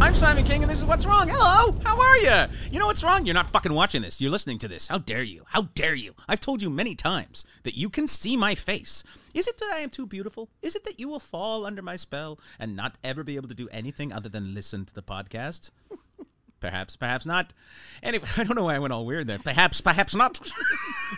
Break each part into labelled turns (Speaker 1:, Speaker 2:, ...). Speaker 1: I'm Simon King, and this is What's Wrong. Hello, how are you? You know what's wrong? You're not fucking watching this. You're listening to this. How dare you? How dare you? I've told you many times that you can see my face. Is it that I am too beautiful? Is it that you will fall under my spell and not ever be able to do anything other than listen to the podcast? Perhaps, perhaps not. Anyway, I don't know why I went all weird there. Perhaps, perhaps not.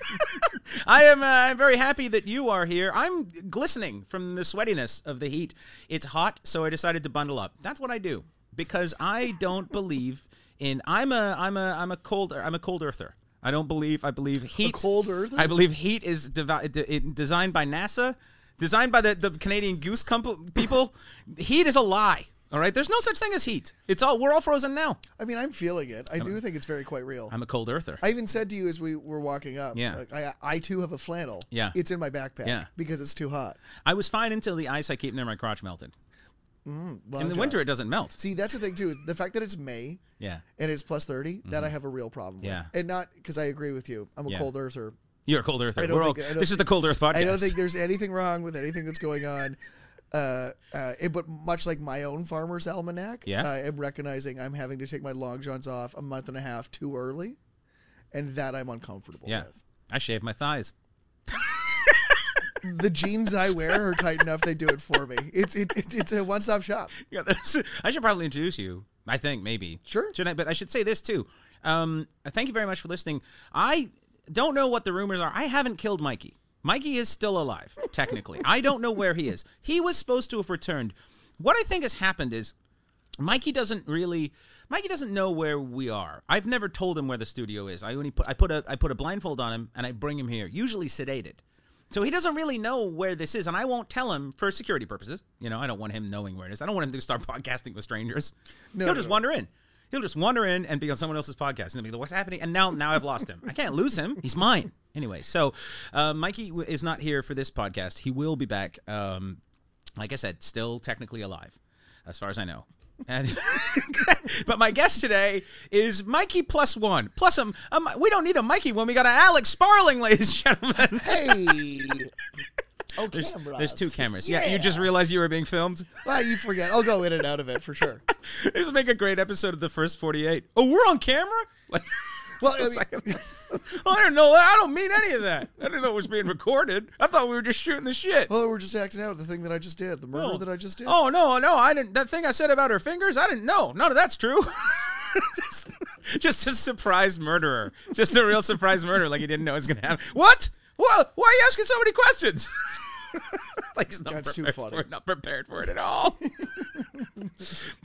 Speaker 1: I am uh, I'm very happy that you are here. I'm glistening from the sweatiness of the heat. It's hot, so I decided to bundle up. That's what I do because I don't believe in I'm a I'm a I'm a cold I'm a cold earther. I don't believe I believe heat.
Speaker 2: cold earther?
Speaker 1: I believe heat is devi- de- it- designed by NASA, designed by the, the Canadian Goose comp- people. heat is a lie. All right, there's no such thing as heat. It's all we're all frozen now.
Speaker 2: I mean, I'm feeling it. I do think it's very quite real.
Speaker 1: I'm a cold earther.
Speaker 2: I even said to you as we were walking up,
Speaker 1: Yeah.
Speaker 2: like, I, I too have a flannel.
Speaker 1: Yeah.
Speaker 2: It's in my backpack
Speaker 1: Yeah.
Speaker 2: because it's too hot.
Speaker 1: I was fine until the ice I keep near my crotch melted.
Speaker 2: Long
Speaker 1: In the
Speaker 2: johns.
Speaker 1: winter, it doesn't melt.
Speaker 2: See, that's the thing, too. Is the fact that it's May
Speaker 1: Yeah, Mm-hmm.
Speaker 2: and it's plus 30, that I have a real problem
Speaker 1: Yeah.
Speaker 2: with. And not because I agree with you. I'm a
Speaker 1: Yeah.
Speaker 2: cold earther.
Speaker 1: you're a cold earther.
Speaker 2: I don't
Speaker 1: We're all,
Speaker 2: think- I don't
Speaker 1: this is the cold earth podcast.
Speaker 2: I don't think there's anything wrong with anything that's going on. Uh, uh, it- but much like my own farmer's almanac,
Speaker 1: Yeah.
Speaker 2: I am recognizing I'm having to take my long johns off a month and a half too early, and that I'm uncomfortable
Speaker 1: yeah,
Speaker 2: with.
Speaker 1: I shave my thighs.
Speaker 2: the jeans I wear are tight enough; they do it for me. It's it, it, it's a one stop shop.
Speaker 1: Yeah, that's, I should probably introduce you. I think maybe.
Speaker 2: Sure.
Speaker 1: Should I, but I should say this too. Um, thank you very much for listening. I don't know what the rumors are. I haven't killed Mikey. Mikey is still alive, technically. I don't know where he is. He was supposed to have returned. What I think has happened is Mikey doesn't really Mikey doesn't know where we are. I've never told him where the studio is. I only put I put a I put a blindfold on him and I bring him here, usually sedated. So he doesn't really know where this is, and I won't tell him for security purposes. You know, I don't want him knowing where it is. I don't want him to start podcasting with strangers.
Speaker 2: No,
Speaker 1: He'll
Speaker 2: no,
Speaker 1: just
Speaker 2: no.
Speaker 1: wander in. He'll just wander in and be on someone else's podcast, and then be like, "What's happening?" And now, now I've lost him. I can't lose him. He's mine anyway. So, uh, Mikey w- is not here for this podcast. He will be back. Um, like I said, still technically alive, as far as I know. And but my guest today is Mikey plus one. Plus, um, um, we don't need a Mikey when we got an Alex Sparling, ladies and gentlemen.
Speaker 2: Hey, oh,
Speaker 1: There's,
Speaker 2: cameras.
Speaker 1: there's two cameras. Yeah. you just realized you were being filmed.
Speaker 2: Well, you forget. I'll go in and out of it for sure.
Speaker 1: This would make a great episode of the first 48. Oh, we're on camera? Like,
Speaker 2: Well,
Speaker 1: it's
Speaker 2: I mean-
Speaker 1: like- I don't know. I don't mean any of that. I didn't know it was being recorded. I thought we were just shooting the shit.
Speaker 2: Well, we're just acting out the thing that I just did, the murder
Speaker 1: Oh.
Speaker 2: that I just did.
Speaker 1: Oh no, no, I didn't. That thing I said about her fingers, I didn't know. None of that's true. just, just a surprised murderer. Just a real surprise murderer. Like he didn't know it was gonna happen. What? Well, why are you asking so many questions? like he's not
Speaker 2: That's too
Speaker 1: prepared
Speaker 2: funny.
Speaker 1: For it, not prepared for it at all.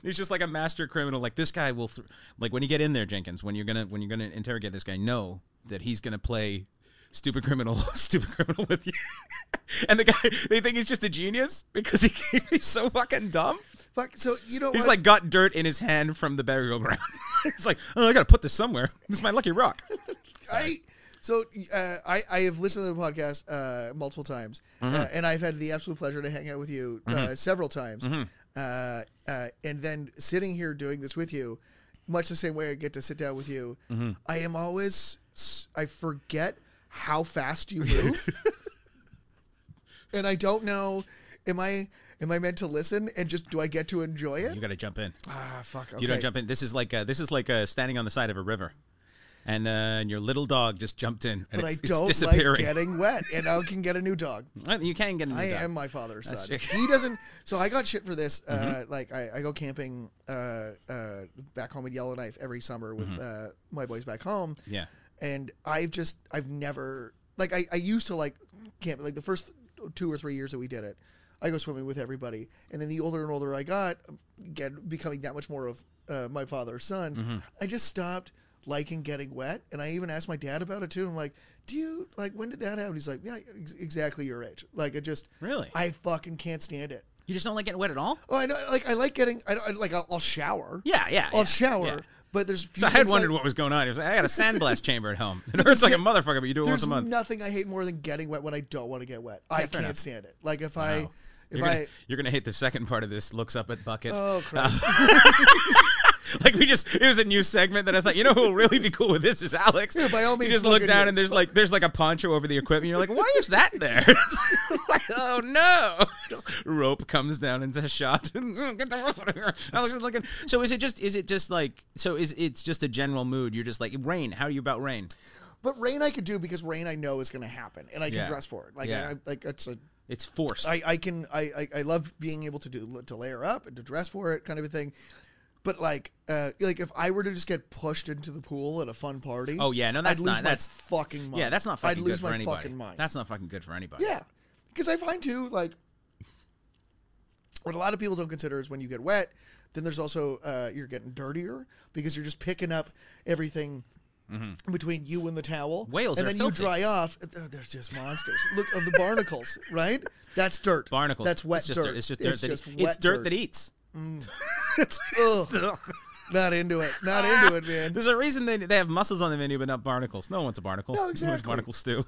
Speaker 1: he's just like a master criminal. Like this guy will, th- like when you get in there, Jenkins. When you're gonna when you're gonna interrogate this guy, know that he's gonna play stupid criminal, stupid criminal with you. and the guy, they think he's just a genius because he, he's so fucking dumb.
Speaker 2: Fuck. So you know,
Speaker 1: He's
Speaker 2: what?
Speaker 1: like got dirt in his hand from the burial ground. He's like, oh, I gotta put this somewhere. This is my lucky rock.
Speaker 2: I. So uh, I, I have listened to the podcast uh, multiple times, uh,
Speaker 1: Mm-hmm.
Speaker 2: and I've had the absolute pleasure to hang out with you uh, several times,
Speaker 1: Mm-hmm.
Speaker 2: uh, uh, and then sitting here doing this with you, much the same way I get to sit down with you.
Speaker 1: Mm-hmm.
Speaker 2: I am always s- I forget how fast you move, and I don't know. Am I am I meant to listen and just do I get to enjoy it?
Speaker 1: You gotta jump in.
Speaker 2: ah, fuck. Okay.
Speaker 1: You don't jump in. This is like uh, this is like uh, standing on the side of a river, and uh, and your little dog just jumped in, and
Speaker 2: But I
Speaker 1: it's,
Speaker 2: don't
Speaker 1: it's
Speaker 2: like
Speaker 1: disappearing.
Speaker 2: getting wet, and I can get a new dog.
Speaker 1: Uh, you can get. Into
Speaker 2: I
Speaker 1: the dog.
Speaker 2: am my father's son.
Speaker 1: That's true. Mm-hmm.
Speaker 2: He doesn't. So I got shit for this. Uh, like I, I go camping uh, uh, back home in Yellowknife every summer with uh, my boys back home.
Speaker 1: Mm-hmm. Yeah.
Speaker 2: And I've just I've never like I, I used to like camp like the first two or three years that we did it. I go swimming with everybody, and then the older and older I got, again becoming that much more of uh, my father's son,
Speaker 1: Mm-hmm.
Speaker 2: I just stopped liking getting wet. And I even asked my dad about it too. I'm like, "Do you like when did that happen?" He's like, "Yeah, ex- exactly your age." Like I just
Speaker 1: Really?
Speaker 2: I fucking can't stand it.
Speaker 1: You just don't like getting wet at all.
Speaker 2: Oh, I know. Like I like getting. I, I like I'll, I'll shower.
Speaker 1: Yeah, yeah.
Speaker 2: I'll
Speaker 1: yeah,
Speaker 2: shower.
Speaker 1: yeah.
Speaker 2: But there's few
Speaker 1: So I had
Speaker 2: things
Speaker 1: wondered
Speaker 2: like-
Speaker 1: what was going on. It was like, I got a sandblast chamber at home. It hurts like a motherfucker, but you do it once
Speaker 2: There's
Speaker 1: a month.
Speaker 2: nothing I hate more than getting wet when I don't want to get wet. I can't
Speaker 1: enough.
Speaker 2: stand it. Like if I, if
Speaker 1: you're, gonna,
Speaker 2: I,
Speaker 1: Oh, you're gonna hate the second part of this. Looks up at buckets.
Speaker 2: oh Christ.
Speaker 1: Like we just it was a new segment that I thought, you know who'll really be cool with this is Alex.
Speaker 2: Yeah, by all means,
Speaker 1: you just
Speaker 2: smoke
Speaker 1: look
Speaker 2: in
Speaker 1: down
Speaker 2: here.
Speaker 1: and there's like there's like a poncho over the equipment. You're like, why is that there? It's like, oh no. Just rope comes down into a shot. Get the rope out of here. Alex is looking. So is it just is it just like so is it's just a general mood? You're just like rain. How are you about rain?
Speaker 2: But rain I could do because rain I know is going to happen and I can
Speaker 1: Yeah.
Speaker 2: dress for it. Like
Speaker 1: Yeah.
Speaker 2: I, I like it's a
Speaker 1: It's forced.
Speaker 2: I, I can I, I I love being able to do to layer up and to dress for it kind of a thing. But like uh like if I were to just get pushed into the pool at a fun party,
Speaker 1: Oh, yeah, no, that's
Speaker 2: I'd lose
Speaker 1: not-
Speaker 2: my
Speaker 1: that's-
Speaker 2: fucking mind.
Speaker 1: yeah, that's not fucking
Speaker 2: I'd lose
Speaker 1: good for
Speaker 2: my
Speaker 1: anybody.
Speaker 2: fucking mind.
Speaker 1: That's not fucking good for anybody.
Speaker 2: yeah, because I find too like what a lot of people don't consider is when you get wet, then there's also uh you're getting dirtier because you're just picking up everything. Between you and the towel,
Speaker 1: Mm-hmm. Whales
Speaker 2: and
Speaker 1: are
Speaker 2: then
Speaker 1: filthy.
Speaker 2: you dry off. and They're, they're just monsters. Look of the barnacles, right? That's dirt.
Speaker 1: Barnacles.
Speaker 2: That's wet
Speaker 1: it's just dirt. It's just dirt. that
Speaker 2: just
Speaker 1: eat-
Speaker 2: wet
Speaker 1: it's dirt that eats.
Speaker 2: Ugh. Not into it. Not into it, man.
Speaker 1: There's a reason they, they have mussels on the menu, but not barnacles. No one wants a barnacle.
Speaker 2: No,
Speaker 1: one wants
Speaker 2: exactly.
Speaker 1: barnacle stew.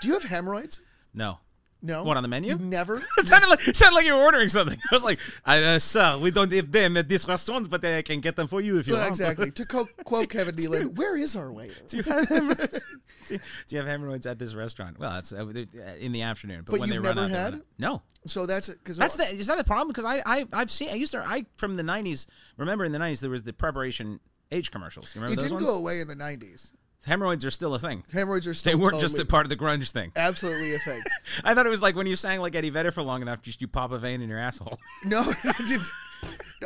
Speaker 2: Do you have hemorrhoids?
Speaker 1: No.
Speaker 2: No.
Speaker 1: What, on the menu?
Speaker 2: Never.
Speaker 1: It sounded like it sounded like you were ordering something. I was like, I, uh, sir, we don't have them at this restaurant, but I can get them for you if you
Speaker 2: Yeah,
Speaker 1: want.
Speaker 2: exactly. To co- quote Kevin Nealon, where is our waiter?
Speaker 1: do you have hemorrhoids? do, you, do you have hemorrhoids at this restaurant? Well, it's uh, in the afternoon, but,
Speaker 2: But
Speaker 1: when they
Speaker 2: you've
Speaker 1: run
Speaker 2: never
Speaker 1: out, they run
Speaker 2: had?
Speaker 1: out. no.
Speaker 2: So that's because
Speaker 1: That's the is that a problem? Because I, I I've seen I used to I from the '90s. Remember in the '90s there was the preparation age commercials. You remember
Speaker 2: it
Speaker 1: those
Speaker 2: didn't
Speaker 1: ones?
Speaker 2: go away in the '90s.
Speaker 1: Hemorrhoids are still a thing.
Speaker 2: Hemorrhoids are
Speaker 1: They
Speaker 2: still.
Speaker 1: weren't just a
Speaker 2: totally-
Speaker 1: part of the grunge thing.
Speaker 2: Absolutely a thing.
Speaker 1: I thought it was like when you sang like Eddie Vedder for long enough, just you pop a vein in your asshole.
Speaker 2: No, I just-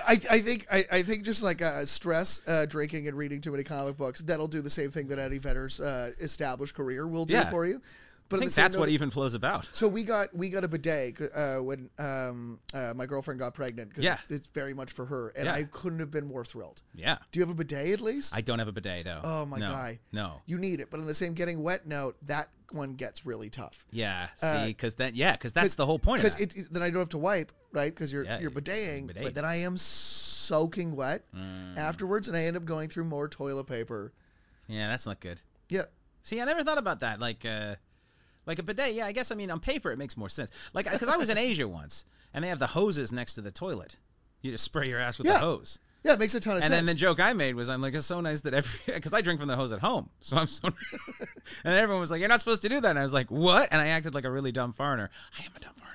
Speaker 2: I, I think I, I think just like uh, stress, uh, drinking, and reading too many comic books that'll do the same thing that Eddie Vedder's uh, established career will do
Speaker 1: Yeah.
Speaker 2: for you.
Speaker 1: I
Speaker 2: But at
Speaker 1: think
Speaker 2: the same
Speaker 1: that's
Speaker 2: note-
Speaker 1: what even flows about.
Speaker 2: So we got we got a bidet uh, when um, uh, my girlfriend got pregnant because
Speaker 1: Yeah.
Speaker 2: it's very much for her, and
Speaker 1: Yeah.
Speaker 2: I couldn't have been more thrilled.
Speaker 1: Yeah.
Speaker 2: Do you have a bidet at least?
Speaker 1: I don't have a bidet though.
Speaker 2: oh my
Speaker 1: no.
Speaker 2: guy,
Speaker 1: No.
Speaker 2: you need it. But on the same getting wet note, that one gets really tough
Speaker 1: Yeah.
Speaker 2: Uh,
Speaker 1: See, because that yeah, because that's the whole point. Of
Speaker 2: because
Speaker 1: that.
Speaker 2: it, it- then I don't have to wipe right because you're
Speaker 1: Yeah,
Speaker 2: you're
Speaker 1: you're
Speaker 2: bideting,
Speaker 1: bidet. Mm.
Speaker 2: but then I am soaking wet afterwards, and I end up going through more toilet paper.
Speaker 1: yeah, that's not good.
Speaker 2: Yeah,
Speaker 1: See, I never thought about that. Like, uh, like a bidet. Yeah, I guess. I mean, on paper, it makes more sense. Like, because I was in Asia once, and they have the hoses next to the toilet. You just spray your ass with the
Speaker 2: Yeah.
Speaker 1: hose.
Speaker 2: yeah, it makes a ton of
Speaker 1: And
Speaker 2: sense.
Speaker 1: then the joke I made was, I'm like, it's so nice that every, because I drink from the hose at home, so I'm so. and everyone was like, you're not supposed to do that, and I was like, what? And I acted like a really dumb foreigner. I am a dumb foreigner.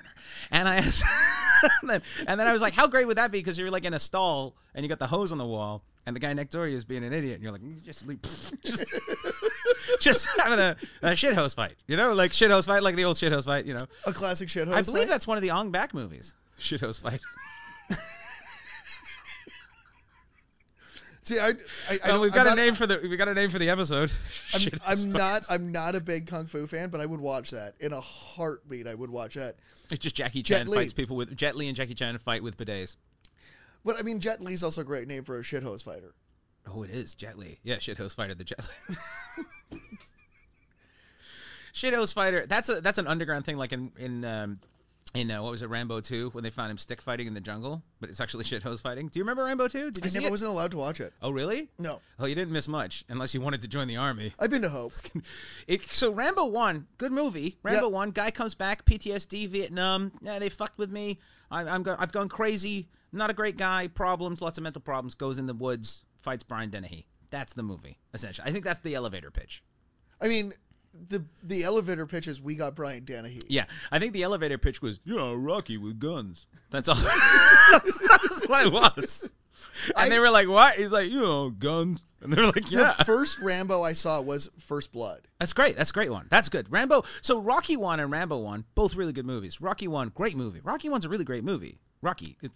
Speaker 1: And I, and, then, and then I was like, how great would that be? Because you're like in a stall and you got the hose on the wall, and the guy next door to you is being an idiot, and you're like, "You just leave. just, just having a, a shit hose fight, you know, like shit hose fight, like the old shit hose fight, you know.
Speaker 2: a classic shit
Speaker 1: I believe that's one of the Ong Bak movies. Shit hose fight.
Speaker 2: See, I, I, I
Speaker 1: Oh,
Speaker 2: don't-
Speaker 1: we've
Speaker 2: I'm
Speaker 1: got a
Speaker 2: not-
Speaker 1: name for the we have got a name for the episode. Shit Hose
Speaker 2: I'm
Speaker 1: Fight.
Speaker 2: not. I'm not a big kung fu fan, but I would watch that in a heartbeat. I would watch that.
Speaker 1: It's just Jackie
Speaker 2: Jet
Speaker 1: Chan
Speaker 2: Li.
Speaker 1: fights people with Jet Li and Jackie Chan fight with bidets.
Speaker 2: But I mean, Jet Li's also a great name for a shit hose fighter.
Speaker 1: Oh, it is Jet Li. Yeah, shithouse fighter, the Jet Li. shithouse fighter. That's a that's an underground thing. Like in in um, in uh, what was it, Rambo two, when they found him stick fighting in the jungle, but it's actually shithouse fighting. Do you remember Rambo two? Did you
Speaker 2: I
Speaker 1: see
Speaker 2: never
Speaker 1: it?
Speaker 2: wasn't allowed to watch it.
Speaker 1: oh, really?
Speaker 2: No,
Speaker 1: Oh, you didn't miss much, unless you wanted to join the army.
Speaker 2: I've been to Hope.
Speaker 1: It, so Rambo one, good movie. Rambo
Speaker 2: Yeah.
Speaker 1: one, guy comes back, PTSD, Vietnam. Yeah, they fucked with me. I, I'm go, I've gone crazy. Not a great guy. Problems, lots of mental problems. Goes in the woods, fights Brian Dennehy. That's the movie, essentially. I think that's the elevator pitch.
Speaker 2: I mean, the the elevator pitches. We got Brian Dennehy.
Speaker 1: Yeah, I think the elevator pitch was, you know, Rocky with guns. That's all. that's, that's what it was. And
Speaker 2: I-
Speaker 1: they were like, what? He's like, you know, guns. And they're like,
Speaker 2: The
Speaker 1: yeah.
Speaker 2: first Rambo I saw was First Blood.
Speaker 1: That's great. That's a great one. That's good. Rambo. So Rocky One and Rambo One, both really good movies. Rocky One, great movie. Rocky One's a really great movie. Rocky. It-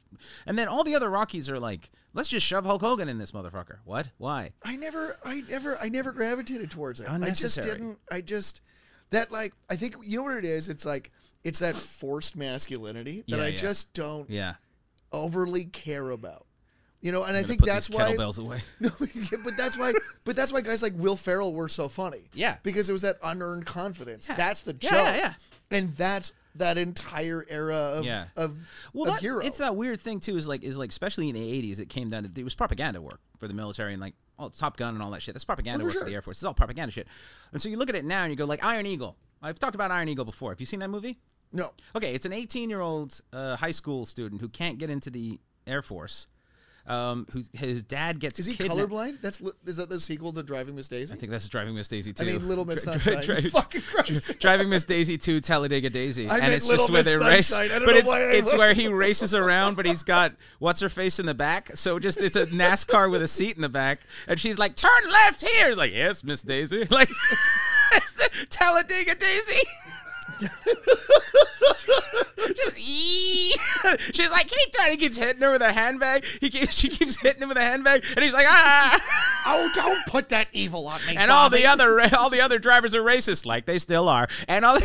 Speaker 1: and then all the other Rockies are like, let's just shove Hulk Hogan in this motherfucker. What? Why?
Speaker 2: I never, I never, I never gravitated towards it. I just
Speaker 1: Unnecessary.
Speaker 2: didn't. I just that like I think you know what it is. It's like it's that forced masculinity that
Speaker 1: Yeah,
Speaker 2: I
Speaker 1: yeah.
Speaker 2: just don't
Speaker 1: Yeah.
Speaker 2: overly care about. You know, and I
Speaker 1: Gotta
Speaker 2: think
Speaker 1: put
Speaker 2: that's
Speaker 1: these
Speaker 2: why.
Speaker 1: kettlebells away.
Speaker 2: No, yeah, but that's why. But that's why guys like Will Ferrell were so funny.
Speaker 1: Yeah.
Speaker 2: because it was that unearned confidence.
Speaker 1: Yeah.
Speaker 2: That's the
Speaker 1: Yeah,
Speaker 2: joke.
Speaker 1: yeah, yeah.
Speaker 2: And that's that entire era of
Speaker 1: Yeah.
Speaker 2: of,
Speaker 1: Well,
Speaker 2: of
Speaker 1: that's-
Speaker 2: hero.
Speaker 1: it's that weird thing too. Is like is like especially in the '80s, it came down to it was propaganda work for the military and like all Top Gun and all that shit. That's propaganda
Speaker 2: Oh, for
Speaker 1: work for
Speaker 2: sure.
Speaker 1: the Air Force. It's all propaganda shit. And so you look at it now and you go like Iron Eagle. I've talked about Iron Eagle before. Have you seen that movie?
Speaker 2: no,
Speaker 1: Okay, it's an 18 year old uh, high school student who can't get into the Air Force. um, who his dad gets
Speaker 2: Is he
Speaker 1: kidnapped.
Speaker 2: colorblind? That's li- is that the sequel to Driving Miss Daisy?
Speaker 1: I think that's Driving Miss Daisy too.
Speaker 2: I mean, Little Miss
Speaker 1: Dri- dri-
Speaker 2: Sunshine.
Speaker 1: dri-
Speaker 2: Fucking Christ.
Speaker 1: Driving Miss Daisy to Talladega Daisy,
Speaker 2: I
Speaker 1: and
Speaker 2: meant
Speaker 1: it's
Speaker 2: Little
Speaker 1: just where
Speaker 2: Miss
Speaker 1: they race.
Speaker 2: Sunshine. I don't
Speaker 1: But
Speaker 2: know
Speaker 1: it's
Speaker 2: why I
Speaker 1: it's
Speaker 2: wrote-
Speaker 1: where he races around, but he's got what's her face in the back. So just it's a NASCAR with a seat in the back, and she's like, "Turn left here." He's like, "Yes, Miss Daisy." Like it's the Talladega Daisy. just ee. She's like, keep trying. He keeps hitting her with a handbag. He keeps, she keeps hitting him with a handbag, and he's like, ah.
Speaker 3: Oh, don't put that evil on me.
Speaker 1: and all
Speaker 3: Bobby.
Speaker 1: the other all the other drivers are racist, like they still are, and all the,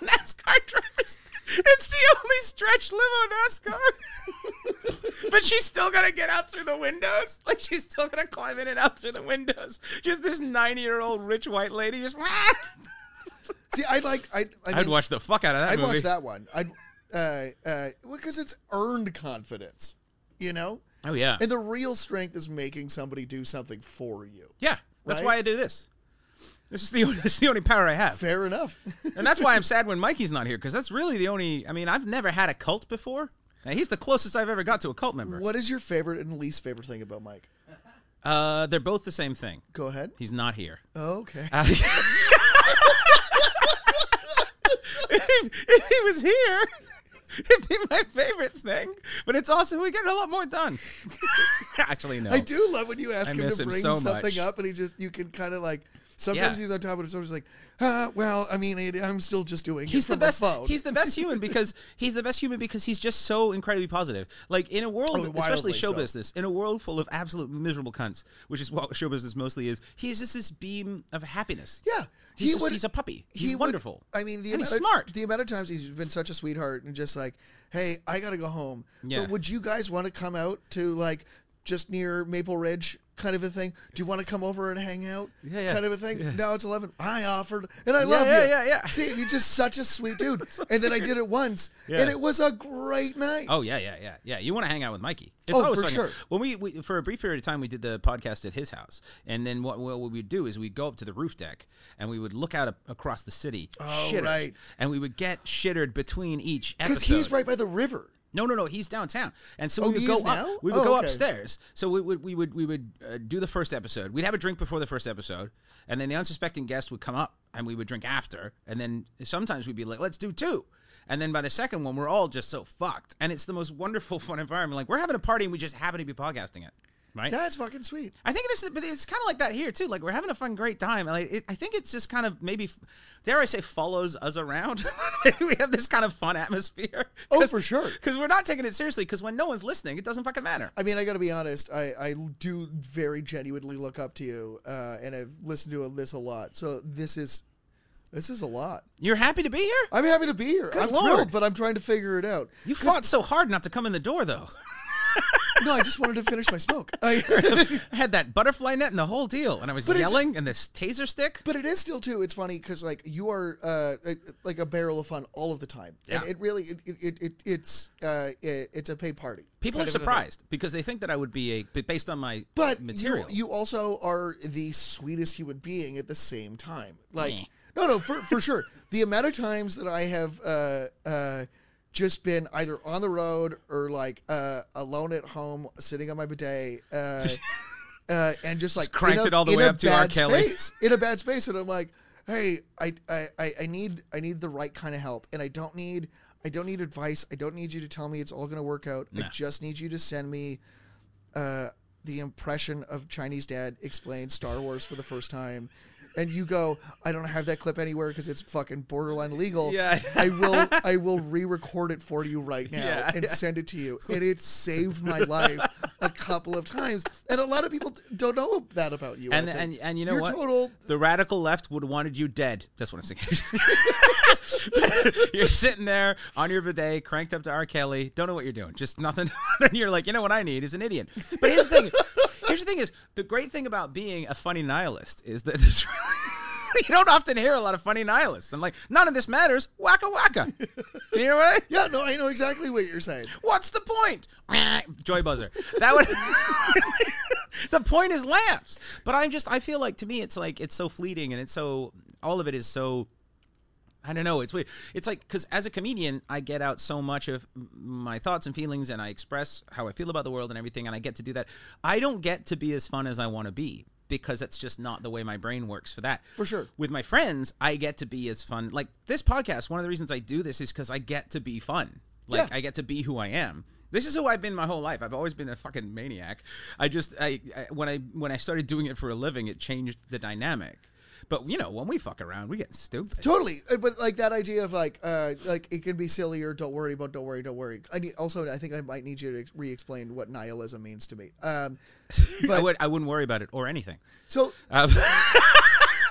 Speaker 1: the NASCAR drivers. It's the only stretch live on NASCAR. but she's still gonna get out through the windows. Like she's still gonna climb in and out through the windows. Just this ninety-year-old rich white lady. Just
Speaker 2: See, I'd like I'd I
Speaker 1: I'd
Speaker 2: mean,
Speaker 1: watch the fuck out of that
Speaker 2: I'd
Speaker 1: movie.
Speaker 2: watch that one. I'd uh uh because it's earned confidence, you know.
Speaker 1: Oh yeah,
Speaker 2: And the real strength is making somebody do something for you.
Speaker 1: yeah. That's
Speaker 2: Right?
Speaker 1: why I do this. This is the only, this is the only power I have.
Speaker 2: Fair enough.
Speaker 1: and that's why I'm sad when Mikey's not here because that's really the only. I mean, I've never had a cult before. And he's the closest I've ever got to a cult member.
Speaker 2: what is your favorite and least favorite thing about Mike?
Speaker 1: Uh, they're both the same thing.
Speaker 2: Go ahead.
Speaker 1: He's not here.
Speaker 2: Okay.
Speaker 1: Uh, if, if he was here, it'd be my favorite thing. But it's also we get a lot more done. Actually, no.
Speaker 2: I do love when you ask
Speaker 1: I
Speaker 2: him
Speaker 1: miss
Speaker 2: to
Speaker 1: him
Speaker 2: bring
Speaker 1: so
Speaker 2: something
Speaker 1: much.
Speaker 2: up, and he just you can kind of like sometimes
Speaker 1: Yeah.
Speaker 2: he's on top of it, sometimes he's like, uh, well, I mean, it, I'm still just doing.
Speaker 1: He's
Speaker 2: it
Speaker 1: the
Speaker 2: from
Speaker 1: best.
Speaker 2: A phone.
Speaker 1: He's the best human because he's the best human because he's just so incredibly positive. Like in a world,
Speaker 2: Oh,
Speaker 1: especially
Speaker 2: wildly
Speaker 1: show
Speaker 2: so.
Speaker 1: business, in a world full of absolute miserable cunts, which is what show business mostly is. He's just this beam of happiness.
Speaker 2: yeah.
Speaker 1: he's, just- he's a puppy. He's
Speaker 2: would-
Speaker 1: wonderful.
Speaker 2: I mean, the
Speaker 1: And
Speaker 2: amount
Speaker 1: he's
Speaker 2: of,
Speaker 1: smart.
Speaker 2: The amount of times he's been such a sweetheart and just like, hey, I gotta go home.
Speaker 1: Yeah.
Speaker 2: But would you guys want to come out to like just near Maple Ridge? Kind of a thing. Do you want to come over and hang out?
Speaker 1: Yeah, yeah.
Speaker 2: Kind of a thing. No, it's eleven. I offered, and I love
Speaker 1: yeah,
Speaker 2: you.
Speaker 1: yeah, yeah.
Speaker 2: See, you're just such a sweet dude. and then I did it once,
Speaker 1: Yeah.
Speaker 2: and it was a great night.
Speaker 1: Oh yeah, yeah, yeah, yeah. You want to hang out with Mikey? It's
Speaker 2: Oh, for
Speaker 1: fucking-
Speaker 2: sure.
Speaker 1: When we, we for a brief period of time we did the podcast at his house, and then what, what we would do is we'd go up to the roof deck and we would look out a, across the city,
Speaker 2: Oh,
Speaker 1: shittered,
Speaker 2: right.
Speaker 1: and we would get shittered between each episode.
Speaker 2: Because he's right by the river.
Speaker 1: No, no, no. He's downtown, and so we would
Speaker 2: he
Speaker 1: go
Speaker 2: is
Speaker 1: up.
Speaker 2: now?
Speaker 1: We would
Speaker 2: Oh,
Speaker 1: go
Speaker 2: okay.
Speaker 1: upstairs. So we would we would we would uh, do the first episode. We'd have a drink before the first episode, and then the unsuspecting guest would come up, and we would drink after. And then sometimes we'd be like, "Let's do two. And then by the second one, we're all just so fucked, and it's the most wonderful, fun environment. Like we're having a party, and we just happen to be podcasting it, right?
Speaker 2: That's fucking sweet.
Speaker 1: I think this, but it's kind of like that here too. Like we're having a fun, great time. And like, it, I think it's just kind of maybe, dare I say, follows us around. Maybe we have this kind of fun atmosphere.
Speaker 2: Oh, for sure.
Speaker 1: Because we're not taking it seriously. Because when no one's listening, it doesn't fucking matter.
Speaker 2: I mean, I got to be honest. I, I do very genuinely look up to you, uh, and I've listened to this a lot. So this is this is a lot.
Speaker 1: You're happy to be here.
Speaker 2: I'm happy to be here. I'm
Speaker 1: Lord.
Speaker 2: thrilled, but I'm trying to figure it out.
Speaker 1: You fought so hard not to come in the door, though.
Speaker 2: no, I just wanted to finish my smoke. I,
Speaker 1: I had that butterfly net and the whole deal, and I was
Speaker 2: But it's-
Speaker 1: yelling and this taser stick.
Speaker 2: but it is still too. It's funny because like you are uh, like a barrel of fun all of the time, and
Speaker 1: Yeah.
Speaker 2: it really it, it, it it's uh, it, it's a paid party.
Speaker 1: People
Speaker 2: kind
Speaker 1: are
Speaker 2: of a thing.
Speaker 1: surprised because they think that I would be a b- based on my
Speaker 2: but you-
Speaker 1: material.
Speaker 2: You, also are the sweetest human being at the same time. Like,
Speaker 1: Meh.
Speaker 2: no, no, for, for sure. The amount of times that I have uh, uh, just been either on the road or like uh, alone at home, sitting on my bidet. Uh, Uh, and just like
Speaker 1: cranked
Speaker 2: in a-
Speaker 1: it all the
Speaker 2: in
Speaker 1: way
Speaker 2: a
Speaker 1: up to R.
Speaker 2: bad
Speaker 1: Kelly.
Speaker 2: space, in a bad space, and I'm like, hey, I, I, I- I need I need the right kind of help, and I don't need I don't need advice. I don't need you to tell me it's all going to work out. I just need you to send me uh, the impression of Chinese dad explains Star Wars for the first time, and you go, "I don't have that clip anywhere because it's fucking borderline illegal."
Speaker 1: Yeah.
Speaker 2: I will, I will re-record it for you right now
Speaker 1: Yeah.
Speaker 2: and send it to you, and it saved my life a couple of times. And a lot of people don't know that about you. I
Speaker 1: and,
Speaker 2: think.
Speaker 1: and and you know
Speaker 2: You're
Speaker 1: what?
Speaker 2: Total.
Speaker 1: The radical left would have wanted you dead. That's what I'm saying. you're sitting there on your bidet, cranked up to R. Kelly. Don't know what you're doing. Just nothing. then you're like, you know what I need is an idiot. But here's the thing. here's the thing is the great thing about being a funny nihilist is that there's really, you don't often hear a lot of funny nihilists. And like, none of this matters. Waka waka. You know what? I-
Speaker 2: Yeah, no, I know exactly what you're saying.
Speaker 1: What's the point? Joy buzzer. That would. the point is laughs. But I'm just. I feel like to me, it's like it's so fleeting, and it's so all of it is so I don't know. It's weird. It's like because as a comedian, I get out so much of m- my thoughts and feelings, and I express how I feel about the world and everything, and I get to do that. I don't get to be as fun as I want to be because that's just not the way my brain works for that.
Speaker 2: For sure.
Speaker 1: With my friends, I get to be as fun. Like this podcast, one of the reasons I do this is because I get to be fun. Like
Speaker 2: Yeah.
Speaker 1: I get to be who I am. This is who I've been my whole life. I've always been a fucking maniac. I just I, I when I when I started doing it for a living, it changed the dynamic. But you know, when we fuck around, we get stupid.
Speaker 2: Totally, Uh, but like that idea of like, uh, like it can be silly or don't worry about, don't worry, don't worry. I need also, I think I might need you to ex- re-explain what nihilism means to me. Um,
Speaker 1: I
Speaker 2: but
Speaker 1: would I wouldn't worry about it or anything.
Speaker 2: so,
Speaker 1: Um,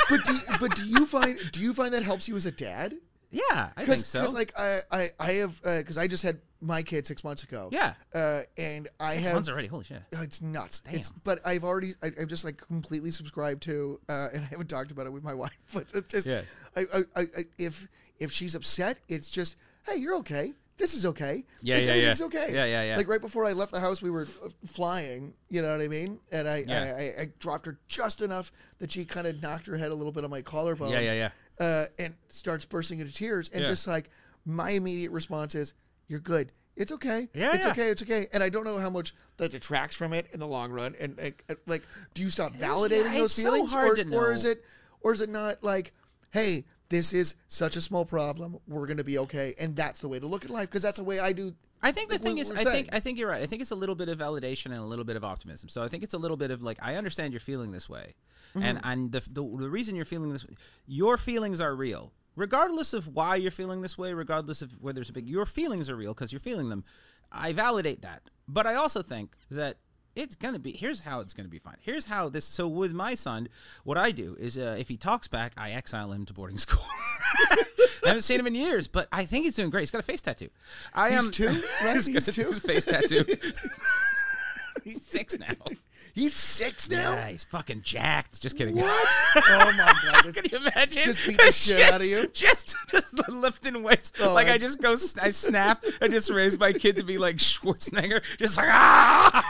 Speaker 2: but do, but do you find do you find that helps you as a dad?
Speaker 1: yeah, I think
Speaker 2: Because
Speaker 1: so.
Speaker 2: like I I, I have because I just had my kid six months ago.
Speaker 1: Yeah.
Speaker 2: uh, and I
Speaker 1: Six
Speaker 2: have
Speaker 1: months already. Holy shit!
Speaker 2: Uh, It's nuts. It's
Speaker 1: Damn.
Speaker 2: but I've already I, I've just like completely subscribed to uh, and I haven't talked about it with my wife. But it's just
Speaker 1: Yeah.
Speaker 2: I, I, I, I if if she's upset, it's just hey, you're okay. This is okay.
Speaker 1: Yeah,
Speaker 2: It's-
Speaker 1: yeah, yeah.
Speaker 2: Everything's okay.
Speaker 1: Yeah, yeah, yeah.
Speaker 2: Like right before I left the house, we were uh, flying. You know what I mean? And I
Speaker 1: Yeah.
Speaker 2: I, I, I dropped her just enough that she kind of knocked her head a little bit on my collarbone.
Speaker 1: Yeah, yeah, yeah.
Speaker 2: Uh, and starts bursting into tears and
Speaker 1: Yeah.
Speaker 2: just like my immediate response is, "You're good. It's okay.
Speaker 1: Yeah,
Speaker 2: it's
Speaker 1: yeah.
Speaker 2: okay. It's okay." And I don't know how much that detracts from it in the long run. And like, uh, like do you stop validating
Speaker 1: yeah,
Speaker 2: those
Speaker 1: it's so
Speaker 2: feelings,
Speaker 1: hard
Speaker 2: or,
Speaker 1: to
Speaker 2: or is
Speaker 1: know.
Speaker 2: it, or is it not like, "Hey, this is such a small problem. We're gonna be okay," and that's the way to look at life because that's the way I do.
Speaker 1: I think the
Speaker 2: Like
Speaker 1: thing
Speaker 2: we
Speaker 1: is,
Speaker 2: were
Speaker 1: I
Speaker 2: saying.
Speaker 1: think I think you're right. I think it's a little bit of validation and a little bit of optimism. So I think it's a little bit of like I understand you're feeling this way,
Speaker 2: Mm-hmm.
Speaker 1: and and the, the the reason you're feeling this, your feelings are real, regardless of why you're feeling this way, regardless of whether it's a big. Your feelings are real because you're feeling them. I validate that, but I also think that it's gonna be here's how it's gonna be fine here's how this so with my son what i do is uh, if he talks back i exile him to boarding school i haven't seen him in years but i think he's doing great he's got a face tattoo i
Speaker 2: He's
Speaker 1: am
Speaker 2: two, right?
Speaker 1: he's
Speaker 2: He's
Speaker 1: got
Speaker 2: two.
Speaker 1: his face tattoo he's six now
Speaker 2: He's six now.
Speaker 1: yeah he's fucking jacked just kidding
Speaker 2: What? oh my god! this-
Speaker 1: Can you imagine?
Speaker 2: Just beat the shit out of you?
Speaker 1: Just, just lifting weights.
Speaker 2: Oh,
Speaker 1: like i
Speaker 2: I'm-
Speaker 1: just go, I snap and just raise my kid to be like Schwarzenegger, just like ah,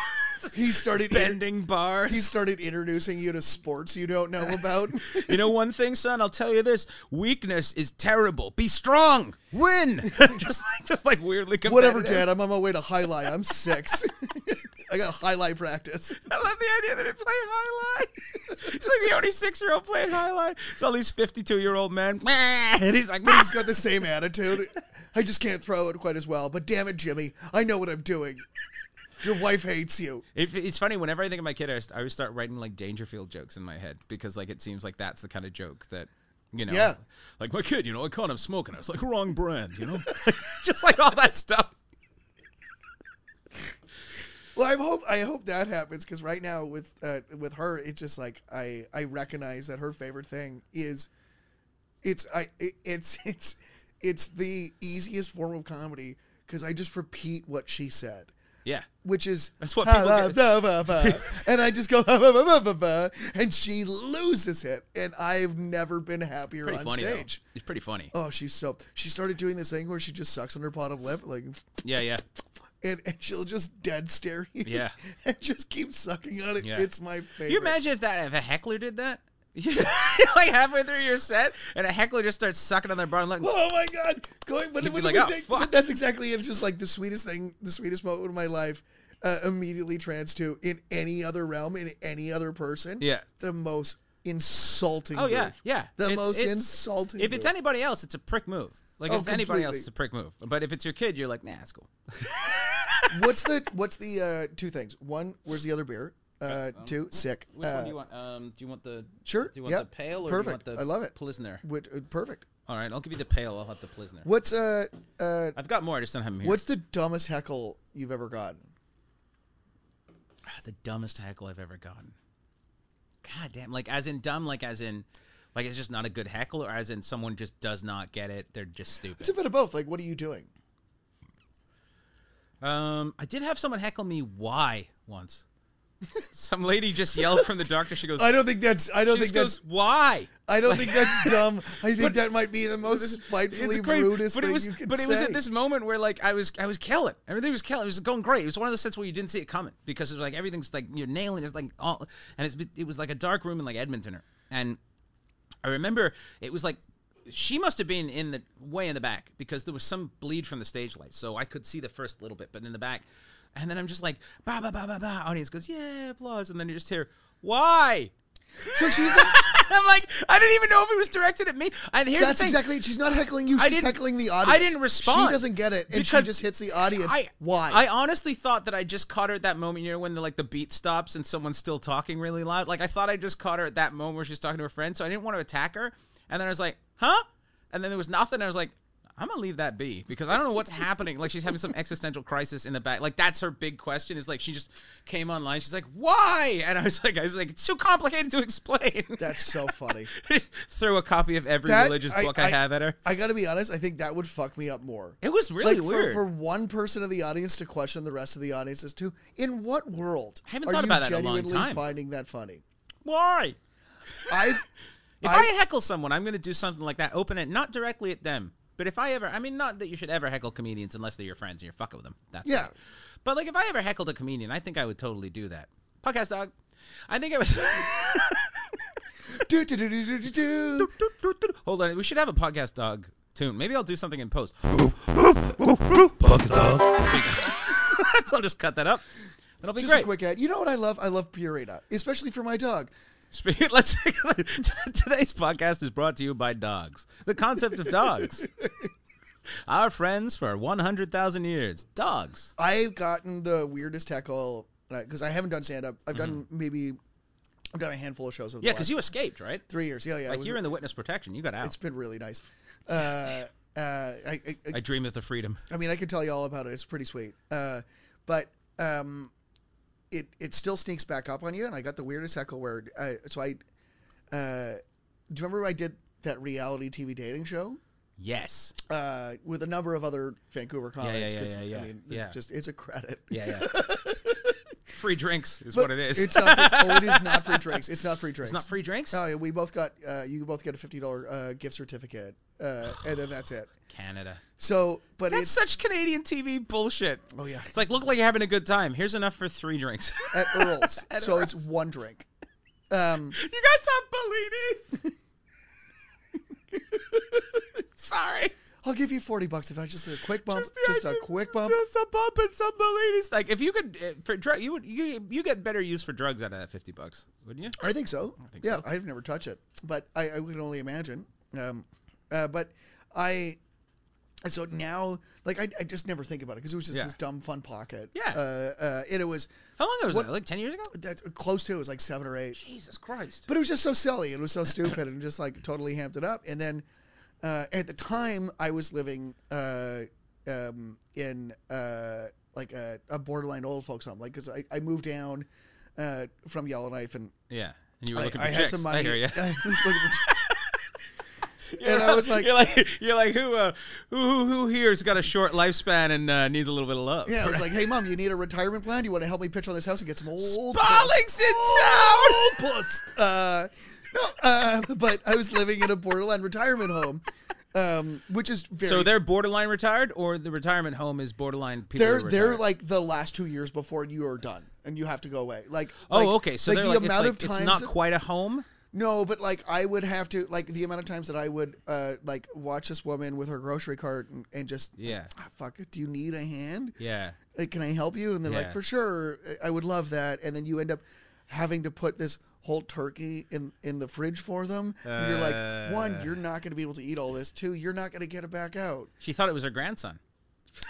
Speaker 2: he started
Speaker 1: bending bars.
Speaker 2: He started introducing you to sports you don't know about.
Speaker 1: You know one thing, son. I'll tell you this: weakness is terrible. Be strong. Win. just like, just like weirdly competitive.
Speaker 2: Whatever, Dad. I'm on my way to highlight. I'm six. I got highlight practice.
Speaker 1: I love the idea that it played highlight. He's like the only six-year-old playing highlight. It's all these fifty-two-year-old men, and he's like,
Speaker 2: He's got the same attitude. I just can't throw it quite as well. But damn it, Jimmy, I know what I'm doing. Your wife hates you.
Speaker 1: It, it's funny. Whenever I think of my kid, I, st- I always start writing like Dangerfield jokes in my head because like it seems like that's the kind of joke that you know.
Speaker 2: Yeah.
Speaker 1: Like my kid, you know, I caught him smoking. I was like, wrong brand, you know, just like all that stuff.
Speaker 2: Well, I hope I hope that happens because right now with uh, with her, it's just like I I recognize that her favorite thing is it's I it, it's it's it's the easiest form of comedy because I just repeat what she said.
Speaker 1: Yeah.
Speaker 2: which is
Speaker 1: That's what people get.
Speaker 2: "Ba, ba, ba," and I just go "Ba, ba, ba, ba, ba, ba," and she loses it, and I've never been happier
Speaker 1: Pretty
Speaker 2: on
Speaker 1: funny. though.
Speaker 2: stage.
Speaker 1: It's pretty funny.
Speaker 2: Oh, she's so she started doing this thing where she just sucks on her bottom lip, like,
Speaker 1: Yeah, yeah.
Speaker 2: and, and she'll just dead stare you,
Speaker 1: Yeah.
Speaker 2: and just keep sucking on it.
Speaker 1: Yeah.
Speaker 2: It's my favorite.
Speaker 1: Can you imagine if that if a heckler did that? like halfway through your set, and a heckler just starts sucking on their bottom like,
Speaker 2: Oh my god, going, but
Speaker 1: You'd
Speaker 2: it
Speaker 1: be
Speaker 2: would
Speaker 1: like,
Speaker 2: be
Speaker 1: "Oh,
Speaker 2: big."
Speaker 1: fuck.
Speaker 2: But that's exactly it. It's just like the sweetest thing, the sweetest moment of my life. Uh, immediately trans to in any other realm, in any other person.
Speaker 1: Yeah.
Speaker 2: the most insulting.
Speaker 1: oh yeah,
Speaker 2: move.
Speaker 1: yeah.
Speaker 2: the
Speaker 1: It-
Speaker 2: most
Speaker 1: it's-
Speaker 2: insulting.
Speaker 1: If it's
Speaker 2: move.
Speaker 1: anybody else, it's a prick move. Like
Speaker 2: Oh,
Speaker 1: if it's anybody else,
Speaker 2: completely.
Speaker 1: it's a prick move. But if it's your kid, you're like, nah, it's cool.
Speaker 2: what's the what's the uh, two things? One, where's the other beer? Uh, two, sick.
Speaker 1: um, Which
Speaker 2: uh,
Speaker 1: one do you want? Um, do you want the
Speaker 2: sure,
Speaker 1: Do you want
Speaker 2: yeah,
Speaker 1: the pale or
Speaker 2: perfect,
Speaker 1: do you want the
Speaker 2: I love it.
Speaker 1: Pilsner?
Speaker 2: which- uh, perfect.
Speaker 1: All right, I'll give you the pale. I'll have the Pilsner.
Speaker 2: What's uh, uh,
Speaker 1: I've got more. I just don't have them here.
Speaker 2: what's the dumbest heckle you've ever gotten?
Speaker 1: Ah, the dumbest heckle I've ever gotten? God damn! Like as in dumb, like as in, like it's just not a good heckle, or as in someone just does not get it. They're just stupid.
Speaker 2: It's a bit of both. Like, what are you doing?
Speaker 1: Um, I did have someone heckle me why once. Some lady just yelled from the doctor. She goes,
Speaker 2: I don't think that's. I don't
Speaker 1: she just
Speaker 2: think that's.
Speaker 1: goes, why?
Speaker 2: I don't think that's dumb. I think that might be the most spitefully
Speaker 1: crazy,
Speaker 2: rudest
Speaker 1: but it
Speaker 2: thing
Speaker 1: was,
Speaker 2: you could
Speaker 1: but
Speaker 2: say.
Speaker 1: it was at this moment where like I was, I was killing. Everything was killing. It was going great. It was one of those sets where you didn't see it coming because it was like everything's like you're nailing. It's like all, and it's it was like a dark room in like Edmonton, and I remember it was like she must have been in the way in the back because there was some bleed from the stage light, so I could see the first little bit, but in the back, and then I'm just like ba ba ba ba ba. Audience goes yeah applause, and then you just hear why.
Speaker 2: So she's like,
Speaker 1: I'm like I didn't even know if it was directed at me. And here's
Speaker 2: that's
Speaker 1: the thing.
Speaker 2: exactly. She's not heckling you.
Speaker 1: I
Speaker 2: She's
Speaker 1: didn't-
Speaker 2: heckling the
Speaker 1: I
Speaker 2: audience.
Speaker 1: didn't respond.
Speaker 2: She doesn't get it, and she
Speaker 1: Because-
Speaker 2: just hits the audience.
Speaker 1: I,
Speaker 2: Why?
Speaker 1: I honestly thought that I just caught her at that moment, you know, when the, like the beat stops and someone's still talking really loud. Like I thought I just caught her at that moment where she's talking to her friend, so I didn't want to attack her. And then I was like, huh? And then there was nothing. I was like, I'm gonna leave that be because I don't know what's happening. Like she's having some existential crisis in the back. Like that's her big question. Is like she just came online. She's like, why? And I was like, I was like, it's too complicated to explain.
Speaker 2: that's so funny.
Speaker 1: Threw a copy of every
Speaker 2: That-
Speaker 1: religious
Speaker 2: I-
Speaker 1: book I,
Speaker 2: I-
Speaker 1: have at her.
Speaker 2: I gotta be honest. I think that would fuck me up more.
Speaker 1: It was really
Speaker 2: like
Speaker 1: weird.
Speaker 2: For, for one person in the audience to question the rest of the audience as to in what world
Speaker 1: haven't
Speaker 2: are
Speaker 1: thought
Speaker 2: you
Speaker 1: about that in a long
Speaker 2: genuinely
Speaker 1: time.
Speaker 2: finding that funny?
Speaker 1: why?
Speaker 2: I've
Speaker 1: If I,
Speaker 2: I-
Speaker 1: heckle someone, I'm going to do something like that. Open it, not directly at them, but if I ever, I mean, not that you should ever heckle comedians unless they're your friends and you're fucking with them. That's
Speaker 2: Yeah.
Speaker 1: fine. But like, if I ever heckled a comedian, I think I would totally do that. Podcast dog. I think I would.
Speaker 2: do, do, do, do, do, do.
Speaker 1: Hold on, we should have a podcast dog tune. Maybe I'll do something in post. so I'll just cut that up. That'll be
Speaker 2: Just
Speaker 1: great.
Speaker 2: a quick ad. You know what I love? I love Purina, especially for my dog.
Speaker 1: Speaking- Let's today's podcast is brought to you by dogs. The concept of dogs. Our friends for 100,000 years. Dogs.
Speaker 2: I've gotten the weirdest heckle because I haven't done stand up. I've done maybe I've done a handful of shows over
Speaker 1: Mm-hmm. Yeah,
Speaker 2: the
Speaker 1: because
Speaker 2: last
Speaker 1: you escaped, right?
Speaker 2: three years. Yeah, yeah. it
Speaker 1: Like
Speaker 2: was-
Speaker 1: you're in the witness protection. You got out.
Speaker 2: it's been really nice. Uh, uh, I, I, I
Speaker 1: I dream of the freedom.
Speaker 2: I mean, I could tell you all about it. It's pretty sweet. Uh, but um, it it still sneaks back up on you. And I got the weirdest heckle word. Uh, so I, uh, do you remember I did that reality TV dating show
Speaker 1: Yes.
Speaker 2: uh, with a number of other Vancouver
Speaker 1: yeah,
Speaker 2: comics?
Speaker 1: yeah,
Speaker 2: 'cause,
Speaker 1: yeah, yeah.
Speaker 2: I mean,
Speaker 1: Yeah.
Speaker 2: just it's a credit.
Speaker 1: Yeah, yeah. free drinks is
Speaker 2: But
Speaker 1: what it is.
Speaker 2: It's not. Free, oh, it is not free drinks. It's not free drinks.
Speaker 1: It's not free drinks?
Speaker 2: No, yeah, we both got. Uh, you both get a fifty dollar uh, gift certificate, uh, and then that's it.
Speaker 1: Canada.
Speaker 2: So, but
Speaker 1: That's
Speaker 2: it's
Speaker 1: such Canadian TV bullshit.
Speaker 2: oh yeah,
Speaker 1: It's like, look like you're having a good time. Here's enough for three drinks.
Speaker 2: at Earl's. so it's one drink. Um,
Speaker 1: you guys have Bellinis. Sorry.
Speaker 2: I'll give you forty bucks if I just did a quick bump, just,
Speaker 1: the
Speaker 2: a
Speaker 1: idea-
Speaker 2: quick bump.
Speaker 1: just a bump and some Bellinis. Like if you could uh, for drug, you would you you get better use for drugs out of that fifty bucks, wouldn't you?
Speaker 2: I think so.
Speaker 1: think
Speaker 2: yeah,
Speaker 1: so.
Speaker 2: I've never touched it, but I, I would only imagine. Um, uh, but I, so now, like I, I just never think about it because it was just
Speaker 1: Yeah.
Speaker 2: this dumb fun pocket.
Speaker 1: Yeah.
Speaker 2: uh, uh, and it was
Speaker 1: How long ago was that? Like ten years ago?
Speaker 2: that's close to it was like seven or eight.
Speaker 1: Jesus Christ!
Speaker 2: But it was just so silly. It was so stupid and just like totally amped it up. And then uh, at the time, I was living uh, um, in uh, like a, a borderline old folks home, like because I, I moved down uh, from Yellowknife and
Speaker 1: Yeah, and you were
Speaker 2: I,
Speaker 1: looking for
Speaker 2: I had
Speaker 1: chicks.
Speaker 2: some money.
Speaker 1: I hear you.
Speaker 2: I was looking for- and I was like-
Speaker 1: you're like, you're like, who, uh, who, who, who here's got a short lifespan and uh, needs a little bit of love?
Speaker 2: yeah, I was like, hey mom, you need a retirement plan? Do you want to help me pitch on this house and get some old puss?
Speaker 1: Barlings in town.
Speaker 2: Old puss. Uh, no, uh, but I was living in a borderline retirement home, um, which is very
Speaker 1: So they're borderline retired, or the retirement home is borderline people. who
Speaker 2: they're
Speaker 1: are
Speaker 2: they're
Speaker 1: retired?
Speaker 2: like the last two years before you are done and you have to go away. Like
Speaker 1: oh,
Speaker 2: like-
Speaker 1: okay. So they're
Speaker 2: the
Speaker 1: like, it's
Speaker 2: amount
Speaker 1: like-
Speaker 2: of times
Speaker 1: it's not
Speaker 2: that-
Speaker 1: quite a home.
Speaker 2: no, but like I would have to like the amount of times that I would uh like watch this woman with her grocery cart and, and just
Speaker 1: Yeah.
Speaker 2: ah, fuck it. Do you need a hand?
Speaker 1: Yeah.
Speaker 2: Like, can I help you? And they're
Speaker 1: Yeah.
Speaker 2: like, for sure, I would love that. And then you end up having to put this whole turkey in in the fridge for them. and you're like, one,
Speaker 1: Uh.
Speaker 2: you're not going to be able to eat all this. Two, you're not going to get it back out.
Speaker 1: She thought it was her grandson.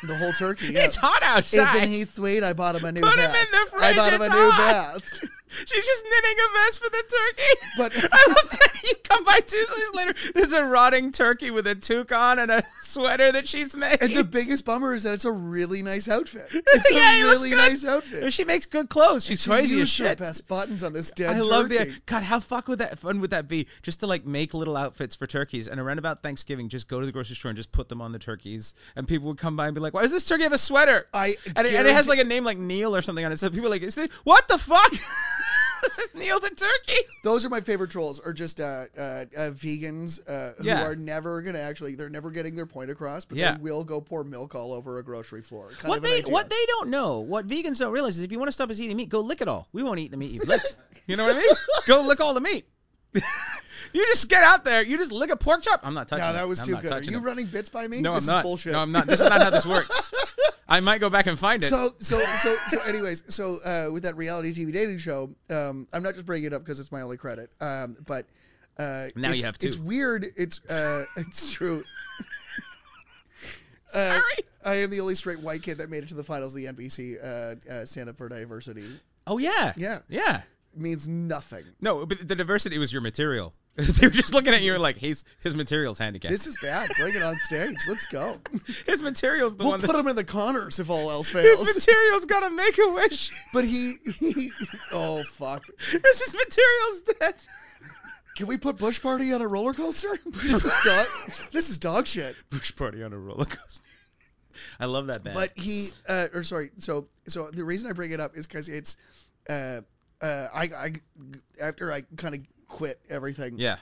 Speaker 2: The whole turkey. yeah.
Speaker 1: It's hot
Speaker 2: If
Speaker 1: outside.
Speaker 2: then he's sweet, I bought him a new
Speaker 1: Put him
Speaker 2: vest.
Speaker 1: in the
Speaker 2: I bought him
Speaker 1: fridge,
Speaker 2: a
Speaker 1: it's
Speaker 2: new
Speaker 1: hot.
Speaker 2: vest.
Speaker 1: She's just knitting a vest for the turkey.
Speaker 2: But-
Speaker 1: I love that you come by Tuesdays later. There's a rotting turkey with a toque on and a sweater that she's made.
Speaker 2: And the biggest bummer is that it's a really nice outfit. It's a
Speaker 1: Yeah, he looks
Speaker 2: really
Speaker 1: good.
Speaker 2: nice outfit.
Speaker 1: she makes good clothes. She's
Speaker 2: She
Speaker 1: crazy as
Speaker 2: used her
Speaker 1: shit.
Speaker 2: best buttons on this dead
Speaker 1: I love
Speaker 2: turkey.
Speaker 1: the God. How fuck would that fun would that be? Just to like make little outfits for turkeys, and around about Thanksgiving, just go to the grocery store and just put them on the turkeys, and people would come by and be like, "Why does this turkey have a sweater?"
Speaker 2: I
Speaker 1: and it, and it has
Speaker 2: guarantee-
Speaker 1: like a name like Neil or something on it. So people are like, "Is this what the fuck?" this is Neil the turkey.
Speaker 2: Those are my favorite trolls. Are just uh, uh, uh, vegans uh,
Speaker 1: Yeah.
Speaker 2: who are never gonna actually. They're never getting their point across, but
Speaker 1: Yeah.
Speaker 2: they will go pour milk all over a grocery floor. Kind
Speaker 1: What
Speaker 2: of an
Speaker 1: they
Speaker 2: idea.
Speaker 1: what they don't know, what vegans don't realize is if you want to stop us eating meat, go lick it all. We won't eat the meat you've licked. You know what I mean? go lick all the meat. You just get out there. You just lick a pork chop. I'm not touching.
Speaker 2: No,
Speaker 1: it.
Speaker 2: that was
Speaker 1: I'm
Speaker 2: too
Speaker 1: not
Speaker 2: good. Are
Speaker 1: touching
Speaker 2: you
Speaker 1: it.
Speaker 2: running bits by me?
Speaker 1: No,
Speaker 2: this
Speaker 1: I'm
Speaker 2: is
Speaker 1: not.
Speaker 2: bullshit.
Speaker 1: No, I'm not. This is not how this works. I might go back and find it.
Speaker 2: So, so, so, so, anyways, so uh, with that reality TV dating show, um, I'm not just bringing it up because it's my only credit, um, but uh,
Speaker 1: Now you
Speaker 2: it's-
Speaker 1: have two.
Speaker 2: It's weird. It's uh, it's true. Uh, I am the only straight white kid that made it to the finals of the NBC uh, uh, Stand Up for Diversity.
Speaker 1: oh yeah.
Speaker 2: Yeah.
Speaker 1: Yeah.
Speaker 2: It means nothing.
Speaker 1: No, but the diversity was your material. they were just looking at you and like, his his material's handicapped.
Speaker 2: This is bad. Bring it on stage. Let's go.
Speaker 1: his material's the
Speaker 2: We'll
Speaker 1: one
Speaker 2: put
Speaker 1: that
Speaker 2: him in the Connors if all else
Speaker 1: his
Speaker 2: fails.
Speaker 1: material's gotta make a wish.
Speaker 2: But he, he, oh fuck.
Speaker 1: This is material's dead.
Speaker 2: Can we put Bush Party on a roller coaster? this is dog. This is dog shit.
Speaker 1: Bush party on a roller coaster. I love that band.
Speaker 2: But he, uh, or sorry, so so the reason I bring it up is because it's, uh, uh, I, I after I kind of quit everything.
Speaker 1: yeah,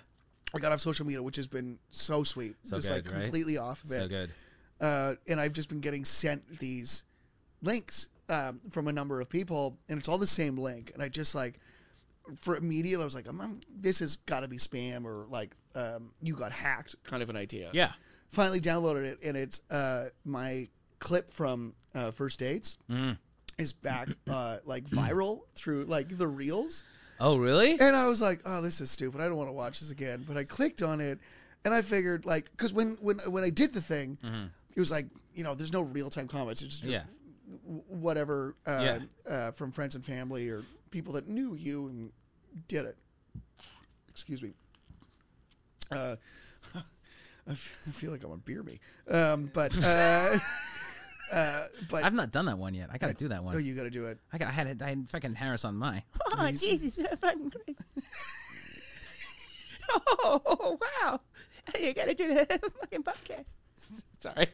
Speaker 2: I got off social media, which has been so sweet.
Speaker 1: So
Speaker 2: just
Speaker 1: good,
Speaker 2: like
Speaker 1: right?
Speaker 2: completely off of it.
Speaker 1: so good.
Speaker 2: Uh, and I've just been getting sent these links um, from a number of people, and it's all the same link. And I just like, for immediately, I was like, I'm, I'm- this has got to be spam or like um, you got hacked kind of an idea.
Speaker 1: Yeah.
Speaker 2: Finally downloaded it, and it's uh, my clip from uh, First Dates is back uh, like viral through like the reels.
Speaker 1: Oh really?
Speaker 2: And I was like, oh, this is stupid. I don't want to watch this again. But I clicked on it, and I figured like, because when when when I did the thing, it was like, you know, there's no real time comments. It's just
Speaker 1: Yeah.
Speaker 2: w- whatever uh, uh, from friends and family or people that knew you and did it. Excuse me. Uh, I f- I feel like I'm on beer me, um, but uh, uh, but
Speaker 1: I've not done that one yet. I gotta do that one.
Speaker 2: oh, you got to do it.
Speaker 1: I, got, I had it. I had fucking Harris on my.
Speaker 4: Oh, Jesus, you're fucking crazy. oh, wow. You gotta do the fucking podcast.
Speaker 1: Sorry.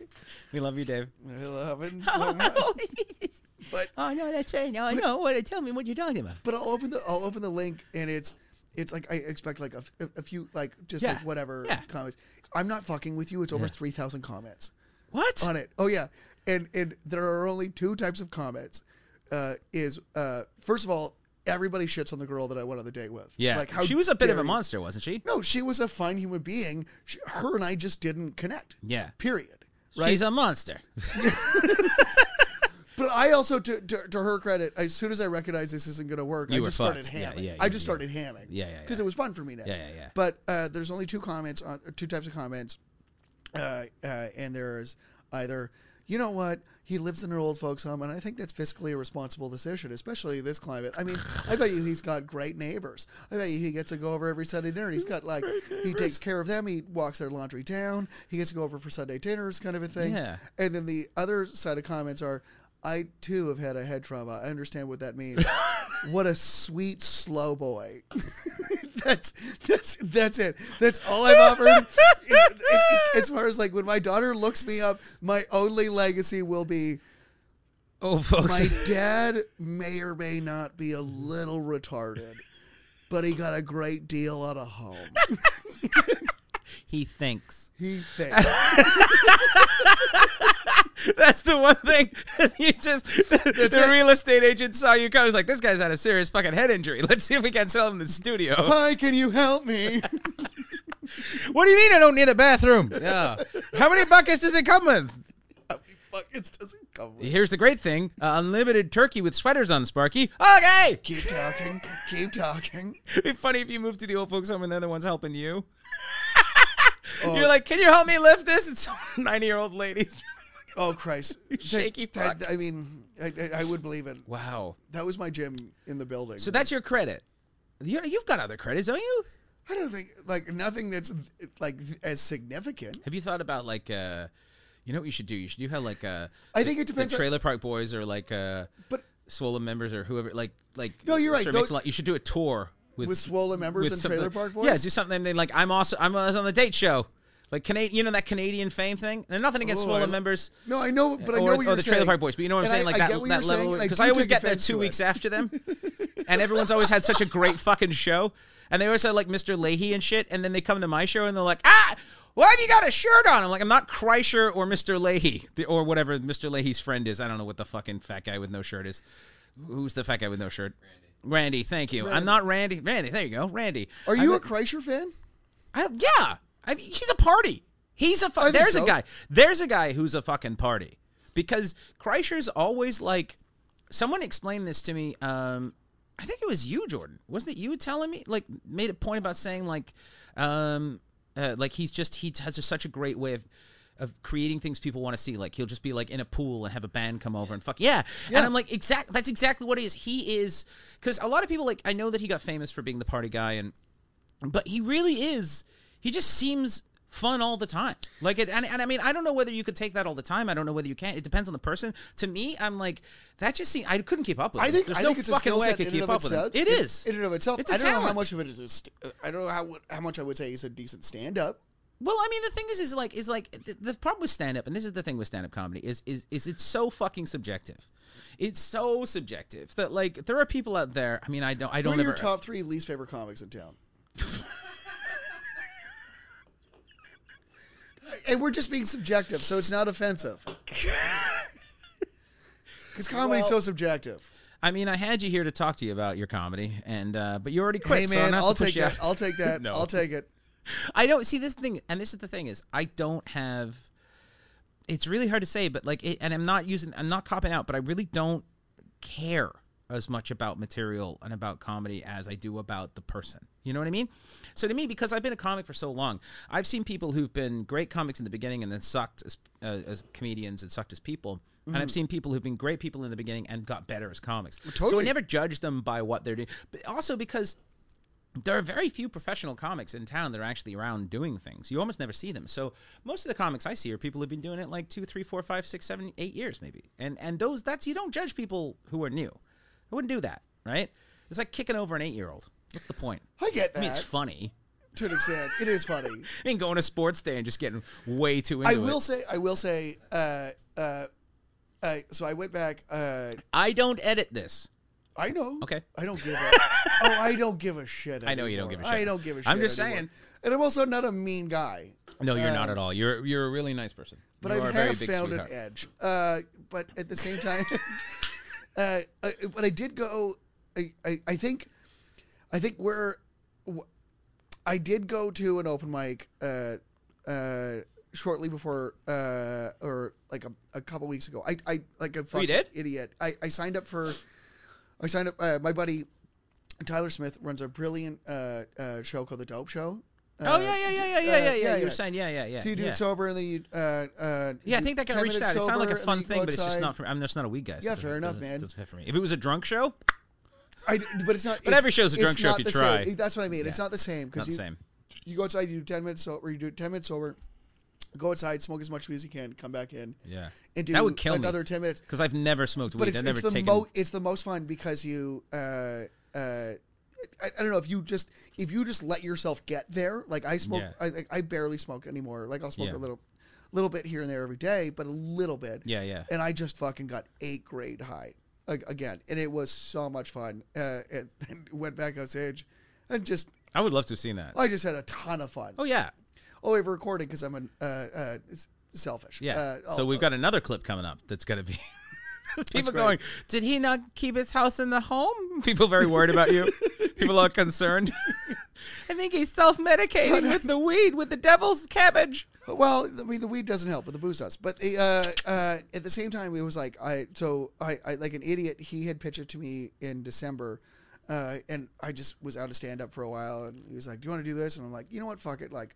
Speaker 1: We love you, Dave.
Speaker 2: I love him so much,
Speaker 4: Oh, Jesus.
Speaker 2: but
Speaker 4: Oh, no, that's right. No, I know. What, tell me what you're talking about.
Speaker 2: But I'll open the I'll open the link and it's it's like I expect like a, f- a few like just
Speaker 1: Yeah.
Speaker 2: like whatever
Speaker 1: Yeah.
Speaker 2: comments. I'm not fucking with you. It's over three thousand comments
Speaker 1: What?
Speaker 2: on it. Oh yeah, and and there are only two types of comments. Uh, is uh, first of all, everybody shits on the girl that I went on the date with.
Speaker 1: yeah.
Speaker 2: like how
Speaker 1: she was a bit of
Speaker 2: dare
Speaker 1: a
Speaker 2: you.
Speaker 1: monster, wasn't she?
Speaker 2: No, she was a fine human being. She, her and I just didn't connect.
Speaker 1: Yeah.
Speaker 2: Period. Right.
Speaker 1: She's a monster.
Speaker 2: But I also, to, to, to her credit, as soon as I recognized this isn't going to work,
Speaker 1: You
Speaker 2: I
Speaker 1: were
Speaker 2: just started
Speaker 1: fucked. Yeah,
Speaker 2: hamming.
Speaker 1: yeah, yeah,
Speaker 2: I just
Speaker 1: yeah.
Speaker 2: started hamming.
Speaker 1: Yeah, yeah,
Speaker 2: Because
Speaker 1: yeah.
Speaker 2: it was fun for me now.
Speaker 1: Yeah, yeah, yeah.
Speaker 2: But uh, there's only two comments, on, or two types of comments, uh, uh, and there's either, you know what, he lives in an old folks home, and I think that's fiscally a responsible decision, especially this climate. I mean, I bet you he's got great neighbors. I bet you he gets to go over every Sunday dinner. and He's got like, he takes care of them. He walks their laundry down. He gets to go over for Sunday dinners, kind of a thing.
Speaker 1: Yeah.
Speaker 2: And then the other side of comments are, I too have had a head trauma. I understand what that means. what a sweet slow boy. that's that's that's it. That's all I've offered. It- it- as far as like when my daughter looks me up, my only legacy will be
Speaker 1: Oh, folks.
Speaker 2: my dad may or may not be a little retarded, but he got a great deal out of home.
Speaker 1: he thinks.
Speaker 2: He thinks.
Speaker 1: That's the one thing you just the, the
Speaker 2: it.
Speaker 1: real estate agent saw you come. He's like, this guy's had a serious fucking head injury. Let's see if we can sell him the studio.
Speaker 2: Hi, can you help me?
Speaker 1: what do you mean I don't need a bathroom? Yeah. How many buckets does it come with?
Speaker 2: How many buckets does it come with?
Speaker 1: Here's the great thing: uh, unlimited turkey with sweaters on Sparky. Okay.
Speaker 2: Keep talking. Keep talking.
Speaker 1: It'd be funny if you moved to the old folks home and they're the ones helping you.
Speaker 2: Oh.
Speaker 1: You're like, can you help me lift this? It's some 90 year old lady.
Speaker 2: Oh Christ!
Speaker 1: Shaky
Speaker 2: That- that- I mean, I, I, I would believe it.
Speaker 1: Wow.
Speaker 2: That was my gym in the building.
Speaker 1: So that's your credit. You, you've got other credits, don't you?
Speaker 2: I don't think like nothing that's like as significant.
Speaker 1: Have you thought about like, uh, you know what you should do? You should do how like, uh,
Speaker 2: I
Speaker 1: the-
Speaker 2: think it depends
Speaker 1: The
Speaker 2: on-
Speaker 1: Trailer Park Boys or like, uh,
Speaker 2: But
Speaker 1: Swollen members or whoever. Like, like.
Speaker 2: No, you're right.
Speaker 1: sort of makes
Speaker 2: Those-
Speaker 1: a lot- You should do a tour with
Speaker 2: With Swollen members and
Speaker 1: some of
Speaker 2: Trailer
Speaker 1: the-
Speaker 2: Park Boys?
Speaker 1: Yeah, do something. They like. I'm also. I'm I was on the date show. Like Canadian, you know that Canadian fame thing. And nothing against
Speaker 2: Oh,
Speaker 1: Swollen
Speaker 2: I-
Speaker 1: members.
Speaker 2: no, I know, but I
Speaker 1: or,
Speaker 2: know what you're
Speaker 1: or the
Speaker 2: saying.
Speaker 1: Trailer Park Boys. But you know what I'm
Speaker 2: And
Speaker 1: saying,
Speaker 2: I-
Speaker 1: like
Speaker 2: I
Speaker 1: that,
Speaker 2: get what
Speaker 1: that
Speaker 2: you're saying,
Speaker 1: level,
Speaker 2: and I
Speaker 1: because
Speaker 2: do
Speaker 1: I, always
Speaker 2: take
Speaker 1: get there
Speaker 2: offense
Speaker 1: two
Speaker 2: to
Speaker 1: weeks
Speaker 2: it.
Speaker 1: after them, and everyone's always had such a great fucking show, and they always had like Mr. Leahy and shit, and then they come to my show and they're like, ah. Why have you got a shirt on? I'm like, I'm not Kreischer or Mr. Leahy the- or whatever Mr. Leahy's friend is. I don't know what the fucking fat guy with no shirt is. Who's the fat guy with no shirt? Randy. thank you. I'm not Randy. Randy, there you go. Randy.
Speaker 2: Are you
Speaker 1: I'm
Speaker 2: a Kreischer fan?
Speaker 1: I, yeah, I mean, he's a party. He's a. Fu-
Speaker 2: think
Speaker 1: there's
Speaker 2: so.
Speaker 1: a guy. There's a guy who's a fucking party because Kreischer's always like. Someone explained this to me. Um, I think it was you, Jordan. Wasn't it you telling me? Like, made a point about saying like, um, uh, like he's just he has just such a great way of. Of creating things people want to see, like he'll just be like in a pool and have a band come over and fuck yeah, and I'm like exact. That's exactly what he is. He is because a lot of people like I know that he got famous for being the party guy and but he really is he just seems fun all the time like it and, and i mean i don't know whether you could take that all the time i don't know whether you can it depends on the person to me i'm like that just seems i couldn't keep up with
Speaker 2: I
Speaker 1: him.
Speaker 2: think
Speaker 1: there's
Speaker 2: I
Speaker 1: no
Speaker 2: think it's a
Speaker 1: fucking
Speaker 2: skill
Speaker 1: way i
Speaker 2: set
Speaker 1: could
Speaker 2: in and
Speaker 1: keep
Speaker 2: of
Speaker 1: up with him
Speaker 2: itself.
Speaker 1: it is
Speaker 2: in and of itself.
Speaker 1: It's a
Speaker 2: I don't know how
Speaker 1: talent.
Speaker 2: much of it is. A st- I don't know how how much I would say he's a decent stand up.
Speaker 1: well i mean the thing is is like is like the, the problem with stand-up and this is the thing with stand-up comedy is is is it's so fucking subjective it's so subjective that like there are people out there i mean i don't i
Speaker 2: Who
Speaker 1: don't
Speaker 2: are your
Speaker 1: ever-
Speaker 2: top three least favorite comics in town? and we're just being subjective, so it's not offensive. Because comedy's so subjective.
Speaker 1: i mean i had you here to talk to you about your comedy and uh but you already quit
Speaker 2: Hey
Speaker 1: so I'm
Speaker 2: man,
Speaker 1: gonna have to
Speaker 2: I'll
Speaker 1: push
Speaker 2: take
Speaker 1: you
Speaker 2: that.
Speaker 1: out.
Speaker 2: I'll take that.
Speaker 1: No.
Speaker 2: I'll take it.
Speaker 1: I don't see this thing, and this is the thing is I don't have. It's really hard to say, but like, it, and I'm not using, I'm not copping out, but I really don't care as much about material and about comedy as I do about the person. You know what I mean? So to me, because I've been a comic for so long, I've seen people who've been great comics in the beginning and then sucked as, uh, as comedians and sucked as people. And I've seen people who've been great people in the beginning and got better as comics. So I
Speaker 2: totally.
Speaker 1: never judge them by what they're doing. But also because there are very few professional comics in town that are actually around doing things. You almost never see them. So most of the comics I see are people who've been doing it like two, three, four, five, six, seven, eight years maybe. And and those that's you don't judge people who are new. I wouldn't do that, right? It's like kicking over an eight year old. What's the point?
Speaker 2: I get that
Speaker 1: I mean, it's funny.
Speaker 2: to an extent. It is funny.
Speaker 1: I mean, going to sports day and just getting way too into
Speaker 2: I will
Speaker 1: it.
Speaker 2: say. I will say. Uh, uh, uh, so I went back. Uh,
Speaker 1: I don't edit this.
Speaker 2: I know.
Speaker 1: Okay.
Speaker 2: I don't give a. oh, I don't give a shit. Anymore.
Speaker 1: I know you don't give a
Speaker 2: I
Speaker 1: shit.
Speaker 2: don't give a shit.
Speaker 1: I'm just
Speaker 2: anymore.
Speaker 1: saying.
Speaker 2: And I'm also not a mean guy,
Speaker 1: No, you're not at all. You're you're a really nice person.
Speaker 2: Uh, but
Speaker 1: you
Speaker 2: I
Speaker 1: are a very
Speaker 2: have
Speaker 1: big
Speaker 2: found
Speaker 1: sweetheart.
Speaker 2: an edge. Uh, but at the same time, uh, I, but I did go. I, I, I think, I think we're. wh- I did go to an open mic. Uh, uh, shortly before uh or like a, a couple weeks ago i i like a fucking
Speaker 1: Oh, did?
Speaker 2: idiot i i signed up for I signed up. Uh, my buddy Tyler Smith runs a brilliant uh, uh, show called The Dope Show. Uh,
Speaker 1: Oh yeah, yeah, yeah, yeah, yeah,
Speaker 2: uh,
Speaker 1: yeah, yeah.
Speaker 2: yeah,
Speaker 1: you were
Speaker 2: yeah.
Speaker 1: saying yeah, yeah, yeah.
Speaker 2: So you do
Speaker 1: yeah.
Speaker 2: it sober and then you. Uh, uh,
Speaker 1: Yeah, I
Speaker 2: do
Speaker 1: think that
Speaker 2: 10
Speaker 1: got reached
Speaker 2: minutes
Speaker 1: out. It sounded like
Speaker 2: sober
Speaker 1: a
Speaker 2: and
Speaker 1: fun
Speaker 2: then you go
Speaker 1: thing, but it's just
Speaker 2: outside.
Speaker 1: not for me. I'm just not a weed guy. so it
Speaker 2: Yeah,
Speaker 1: doesn't-
Speaker 2: fair enough,
Speaker 1: doesn't-
Speaker 2: man.
Speaker 1: doesn't fit for me. If it was a drunk show,
Speaker 2: I, d- but it's not. But
Speaker 1: every show's a drunk show if you try.
Speaker 2: That's what I mean. It's not the
Speaker 1: not
Speaker 2: same because
Speaker 1: the
Speaker 2: you
Speaker 1: same.
Speaker 2: you go outside, you do ten minutes sober, you do ten minutes sober, go outside, smoke as much weed as you can, come back in,
Speaker 1: Yeah.
Speaker 2: and do
Speaker 1: That would kill me.
Speaker 2: another ten minutes.
Speaker 1: Because I've never smoked
Speaker 2: but
Speaker 1: weed.
Speaker 2: it's,
Speaker 1: I've
Speaker 2: it's
Speaker 1: never
Speaker 2: the
Speaker 1: taken.
Speaker 2: mo- it's the most fun because you uh uh I, I don't know if you just if you just let yourself get there like I smoke
Speaker 1: Yeah.
Speaker 2: I I I barely smoke anymore like I'll smoke
Speaker 1: Yeah.
Speaker 2: a little little bit here and there every day but a little bit
Speaker 1: Yeah, yeah.
Speaker 2: and I just fucking got eight grade high ag- again and it was so much fun uh and, and went back on stage and just
Speaker 1: I would love to have seen that.
Speaker 2: I just had a ton of fun
Speaker 1: Oh yeah,
Speaker 2: oh I've recorded because I'm an uh uh s- selfish
Speaker 1: yeah.
Speaker 2: uh,
Speaker 1: so
Speaker 2: oh,
Speaker 1: we've got another clip coming up that's gonna be. People
Speaker 2: great.
Speaker 1: going, did he not keep his house in the home? People very worried about you. People are concerned.
Speaker 4: I think he's self-medicating with the weed, with the devil's cabbage.
Speaker 2: Well, I mean, the weed doesn't help, but the booze does. But the, uh, uh, at the same time, it was like I so I, I like an idiot. He had pitched it to me in December, uh, and I just was out of stand up for a while. And he was like, "Do you want to do this?" And I'm like, "You know what? Fuck it." Like,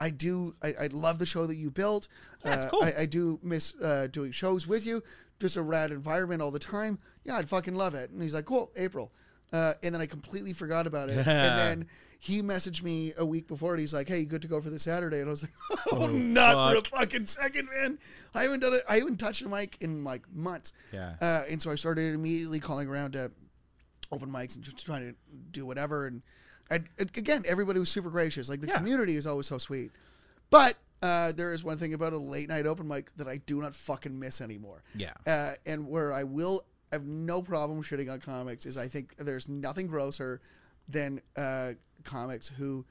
Speaker 2: I do. I, I love the show that you built. Yeah,
Speaker 1: it's cool.
Speaker 2: I, I do miss uh, doing shows with you. Just a rad environment all the time. Yeah, I'd fucking love it. And he's like, "Cool, April." Uh, and then I completely forgot about it. And then he messaged me a week before, and he's like, "Hey, you good to go for this Saturday?" And I was like, "Oh, not for a fucking second, man! I haven't done it. I haven't touched a mic in like months."
Speaker 1: Yeah.
Speaker 2: Uh, and so I started immediately calling around to open mics and just trying to do whatever. And, and and again, everybody was super gracious. Like the
Speaker 1: Yeah.
Speaker 2: community is always so sweet. But uh, there is one thing about a late night open mic that I do not fucking miss anymore.
Speaker 1: Yeah.
Speaker 2: Uh, and where I will have no problem shitting on comics is I think there's nothing grosser than uh, comics who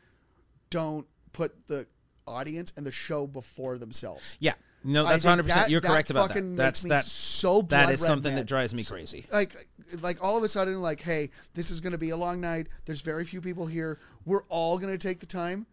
Speaker 2: don't put the audience and the show before themselves.
Speaker 1: Yeah, no,
Speaker 2: I
Speaker 1: that's
Speaker 2: think
Speaker 1: hundred percent.
Speaker 2: that-
Speaker 1: You're
Speaker 2: that
Speaker 1: correct about
Speaker 2: fucking
Speaker 1: that.
Speaker 2: makes
Speaker 1: That's
Speaker 2: me
Speaker 1: that.
Speaker 2: so
Speaker 1: that
Speaker 2: blood
Speaker 1: is
Speaker 2: red
Speaker 1: something that
Speaker 2: mad.
Speaker 1: drives me crazy.
Speaker 2: like like all of a sudden like hey this is going to be a long night there's very few people here we're all going to take the time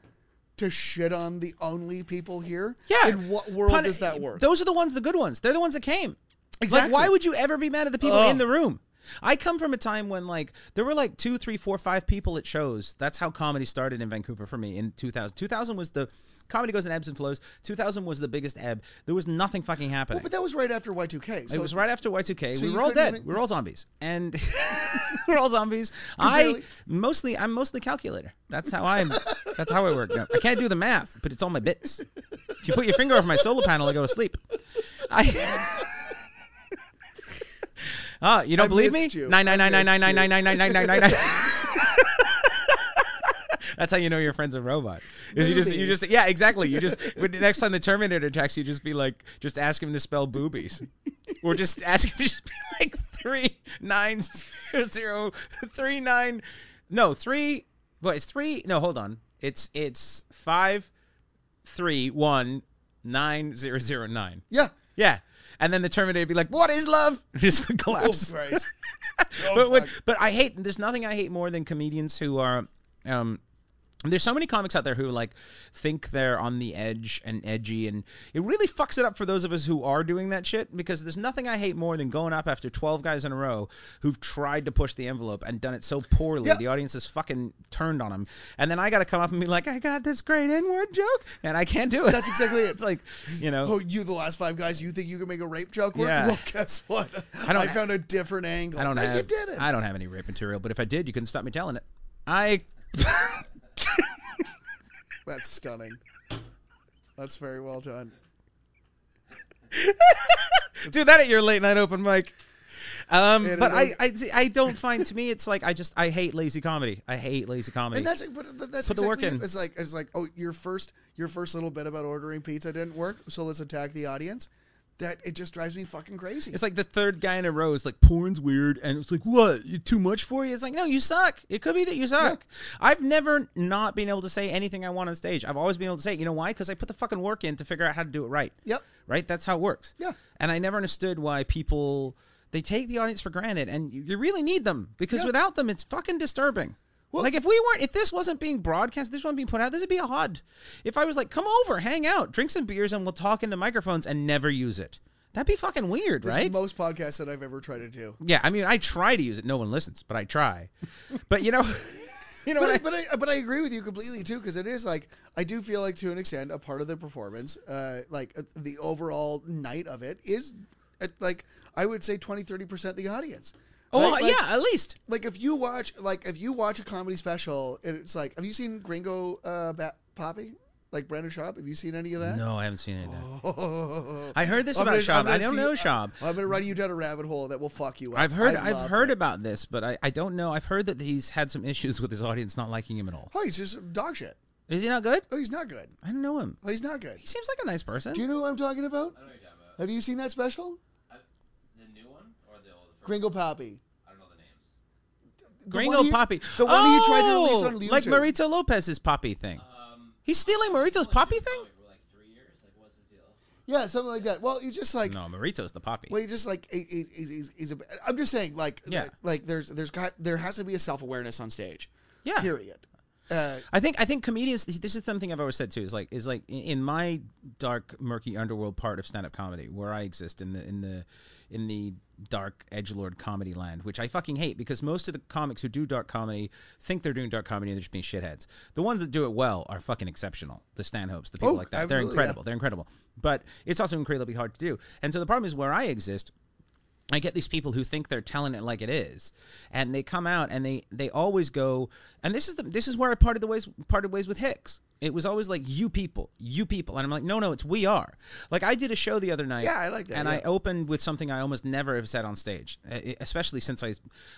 Speaker 2: to shit on the only people here?
Speaker 1: Yeah.
Speaker 2: In what world
Speaker 1: Pun-
Speaker 2: does that work?
Speaker 1: Those are the ones, the good ones. They're the ones that came.
Speaker 2: Exactly.
Speaker 1: Like, why would you ever be mad at the people
Speaker 2: Ugh.
Speaker 1: in the room? I come from a time when like there were like two, three, four, five people at shows. That's how comedy started in Vancouver for me in 2000. 2000 was the comedy goes in ebbs and flows. 2000 was the biggest ebb. There was nothing fucking happening.
Speaker 2: Well, but that was right after Y2K. So
Speaker 1: it was right after Y2K.
Speaker 2: so
Speaker 1: we
Speaker 2: you
Speaker 1: were all
Speaker 2: couldn't
Speaker 1: dead.
Speaker 2: even-
Speaker 1: We were all zombies, and we're all zombies. I
Speaker 2: barely-
Speaker 1: mostly, I'm mostly calculator. That's how I'm. that's how I work. No, I can't do the math, but it's all my bits. If you put your finger over my solar panel, I go to sleep. I. Ah, you don't
Speaker 2: I
Speaker 1: believe me?
Speaker 2: missed you.
Speaker 1: Nine nine
Speaker 2: I
Speaker 1: nine nine nine
Speaker 2: missed
Speaker 1: nine
Speaker 2: you.
Speaker 1: nine nine nine nine nine nine nine. That's how you know your friend's a robot. Is you just you
Speaker 2: Boobies.
Speaker 1: just yeah exactly you just when, the next time the Terminator attacks you just be like just ask him to spell boobies, or just ask him to just be like three nine zero zero three nine no three what it's three no hold on it's it's five three one nine zero zero nine
Speaker 2: Yeah.
Speaker 1: yeah and then the Terminator would be like what is love just would
Speaker 2: Oh,
Speaker 1: collapse
Speaker 2: Christ. Oh,
Speaker 1: but when,
Speaker 2: fuck.
Speaker 1: but I hate. There's nothing I hate more than comedians who are. Um, there's so many comics out there who like think they're on the edge and edgy, and it really fucks it up for those of us who are doing that shit. Because there's nothing I hate more than going up after 12 guys in a row who've tried to push the envelope and done it so poorly.
Speaker 2: Yeah.
Speaker 1: The audience has fucking turned on them, and then I got to come up and be like, "I got this great N-word joke," and I can't do it.
Speaker 2: That's exactly it.
Speaker 1: it's like, you know,
Speaker 2: Oh, you the last five guys, you think you can make a rape joke work?
Speaker 1: Yeah.
Speaker 2: Well, guess what? I,
Speaker 1: don't ha-
Speaker 2: found a different angle.
Speaker 1: I don't
Speaker 2: No,
Speaker 1: have.
Speaker 2: you did it.
Speaker 1: I don't have any rape material, but if I did, you couldn't stop me telling it. I
Speaker 2: That's stunning. That's very well done.
Speaker 1: do that at your late night open mic. Um,
Speaker 2: It
Speaker 1: but I,
Speaker 2: is-
Speaker 1: I, I don't find to me it's like I just I hate lazy comedy. I hate lazy comedy.
Speaker 2: And that's but th- that's
Speaker 1: Put the
Speaker 2: exactly
Speaker 1: work
Speaker 2: it.
Speaker 1: in.
Speaker 2: It's like it's like oh your first your first little bit about ordering pizza didn't work, so let's attack the audience. That it just drives me fucking crazy.
Speaker 1: it's like the third guy in a row is like porn's weird, and it's like what you too much for you. It's like no, you suck. It could be that you suck. I've never not been able to say anything I want on stage. I've always been able to say it. You know why? Because I put the fucking work in to figure out how to do it right.
Speaker 2: Yep.
Speaker 1: Right. That's how it works.
Speaker 2: Yeah.
Speaker 1: And I never understood why people they take the audience for granted, and you, you really need them because
Speaker 2: Yeah.
Speaker 1: without them, it's fucking disturbing. like if we weren't, if this wasn't being broadcast, this wasn't being put out, this would be odd. If I was like, come over, hang out, drink some beers, and we'll talk into microphones and never use it, that'd be fucking weird,
Speaker 2: It's
Speaker 1: right?
Speaker 2: most podcasts that I've ever tried to do.
Speaker 1: yeah, I mean, I try to use it. No one listens, but I try. but you know, you know
Speaker 2: But
Speaker 1: what?
Speaker 2: I,
Speaker 1: I,
Speaker 2: but I but I agree with you completely too because it is like I do feel like to an extent a part of the performance, uh, like uh, the overall night of it is, at, like I would say 20 30 percent the audience.
Speaker 1: oh
Speaker 2: right?
Speaker 1: well,
Speaker 2: Like-
Speaker 1: yeah, at least.
Speaker 2: Like if you watch like if you watch a comedy special, and it's like have you seen Gringo uh, ba- Poppy? Like Brandon Schaub, have you seen any of that?
Speaker 1: No, I haven't seen any of that. I heard this about
Speaker 2: gonna-
Speaker 1: Shab. I
Speaker 2: gonna
Speaker 1: don't
Speaker 2: see-
Speaker 1: know Shab.
Speaker 2: I'm gonna run you down a rabbit hole that will fuck you up.
Speaker 1: I've heard
Speaker 2: I love
Speaker 1: I've heard
Speaker 2: it.
Speaker 1: about this, but I, I don't know. I've heard that he's had some issues with his audience not liking him at all.
Speaker 2: Oh, he's just dog shit.
Speaker 1: Is he not good?
Speaker 2: Oh, he's not good.
Speaker 1: I don't know him.
Speaker 2: Oh, he's not good.
Speaker 1: He seems like a nice person.
Speaker 2: Do you know what I'm talking about? Have you seen that special?
Speaker 5: The new one or the old? First?
Speaker 2: Gringo Poppy.
Speaker 5: I don't know the names.
Speaker 2: The
Speaker 1: Gringo
Speaker 2: one you-
Speaker 1: Poppy.
Speaker 2: The one
Speaker 1: oh,
Speaker 2: you tried to release on YouTube.
Speaker 1: Like Marito Lopez's Poppy thing.
Speaker 5: Um,
Speaker 1: He's stealing Marito's Poppy thing?
Speaker 5: probably for like three years. Like, what's his deal?
Speaker 2: Yeah, something like that. Well, you just like.
Speaker 1: No, Marito's the Poppy.
Speaker 2: Well, he just like he, he, he's, he's, he's a. I'm just saying, like,
Speaker 1: Yeah.
Speaker 2: like, like, there's there's got there has to be a self awareness on stage.
Speaker 1: Yeah.
Speaker 2: Period. Uh,
Speaker 1: I think I think comedians. This is something I've always said too. Is like is like in- in my dark, murky underworld part of stand-up comedy, where I exist in the in the in the dark edgelord comedy land, which I fucking hate because most of the comics who do dark comedy think they're doing dark comedy and they're just being shitheads. The ones that do it well are fucking exceptional. The Stanhopes, the people
Speaker 2: Oh,
Speaker 1: like that, they're
Speaker 2: absolutely,
Speaker 1: incredible. They're incredible. But it's also incredibly hard to do. And so the problem is where I exist. I get these people who think they're telling it like it is, and they come out and they they always go. And this is the this is where I parted the ways parted ways with Hicks. It was always like you people, you people, and I'm like, no, no, it's we are. Like I did a show the other night.
Speaker 2: Yeah, I like that,
Speaker 1: And
Speaker 2: yeah.
Speaker 1: I opened with something I almost never have said on stage, e- especially since I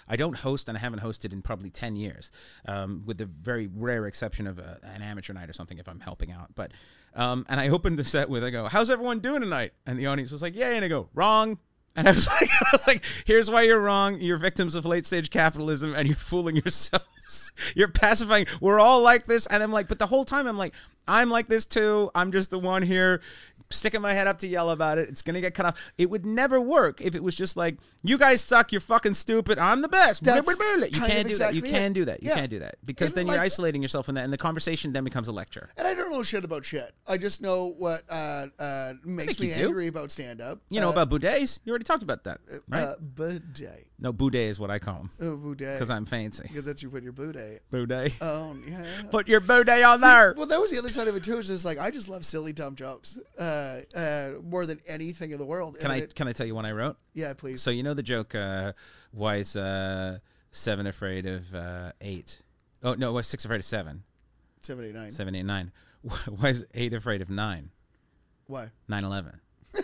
Speaker 1: I don't host and I haven't hosted in probably ten years, um, with the very rare exception of a, an amateur night or something if I'm helping out. But um, and I opened the set with I go, how's everyone doing tonight? And the audience was like, yay, and I go, wrong. And I was like, I was like, here's why you're wrong. You're victims of late stage capitalism, and you're fooling yourselves. You're pacifying. We're all like this, and I'm like, but the whole time I'm like, I'm like this too. I'm just the one here sticking my head up to yell about it. It's gonna get cut off. It would never work if it was just like, "You guys suck. You're fucking stupid. I'm the best."
Speaker 2: That's
Speaker 1: you can't
Speaker 2: kind of
Speaker 1: do that. You
Speaker 2: exactly it.
Speaker 1: can do that. You
Speaker 2: Yeah.
Speaker 1: can't do that because
Speaker 2: And,
Speaker 1: then you're
Speaker 2: like-
Speaker 1: isolating yourself from that, and the conversation then becomes a lecture.
Speaker 2: And I don't know shit about shit. I just know what uh, uh, makes
Speaker 1: think
Speaker 2: me
Speaker 1: you do.
Speaker 2: angry about stand up.
Speaker 1: You know about boudes? You already talked about that, right?
Speaker 2: uh, bidet.
Speaker 1: no, boudet is what I call them
Speaker 2: Oh, bidet.
Speaker 1: because I'm fancy.
Speaker 2: Because that's you put your boudet.
Speaker 1: Boudet.
Speaker 2: Oh, yeah.
Speaker 1: Put your boudet on there.
Speaker 2: Well, that was the other side of it too. Is just like I just love silly dumb jokes uh, uh, more than anything in the world.
Speaker 1: Can
Speaker 2: And
Speaker 1: I
Speaker 2: it-
Speaker 1: can I tell you one I wrote?
Speaker 2: yeah, please.
Speaker 1: So you know the joke? Uh, why is uh, seven afraid of uh, eight? Oh no, why is six afraid of seven?
Speaker 2: Seventy nine.
Speaker 1: Seven, eight, nine. Why is eight afraid of nine?
Speaker 2: Why?
Speaker 1: Nine eleven.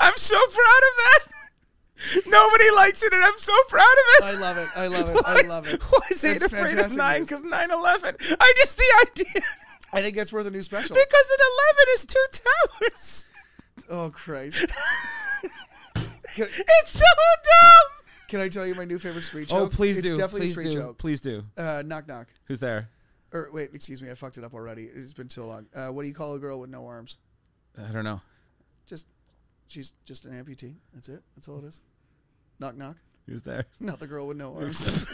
Speaker 1: I'm so proud of that. Nobody likes it, and I'm so proud of it.
Speaker 2: I love it. I love it. I
Speaker 1: Why is-
Speaker 2: love it.
Speaker 1: Why is eight
Speaker 2: That's
Speaker 1: afraid of
Speaker 2: fantastic
Speaker 1: nine?
Speaker 2: news.
Speaker 1: Because nine eleven. I just the idea
Speaker 2: I think that's worth a new special.
Speaker 1: because an eleven is two towers.
Speaker 2: Oh Christ! Can,
Speaker 1: It's so dumb.
Speaker 2: can I tell you my new favorite street
Speaker 1: Oh,
Speaker 2: joke?
Speaker 1: please
Speaker 2: it's
Speaker 1: do.
Speaker 2: Definitely
Speaker 1: please
Speaker 2: a
Speaker 1: do.
Speaker 2: street joke.
Speaker 1: Please do.
Speaker 2: Uh, knock knock.
Speaker 1: Who's there?
Speaker 2: Or wait, excuse me, I fucked it up already. It's been so long. Uh, what do you call a girl with no arms?
Speaker 1: I don't know.
Speaker 2: Just, she's just an amputee. That's it. That's all it is. Knock knock.
Speaker 1: Who's there?
Speaker 2: Not the girl with no arms.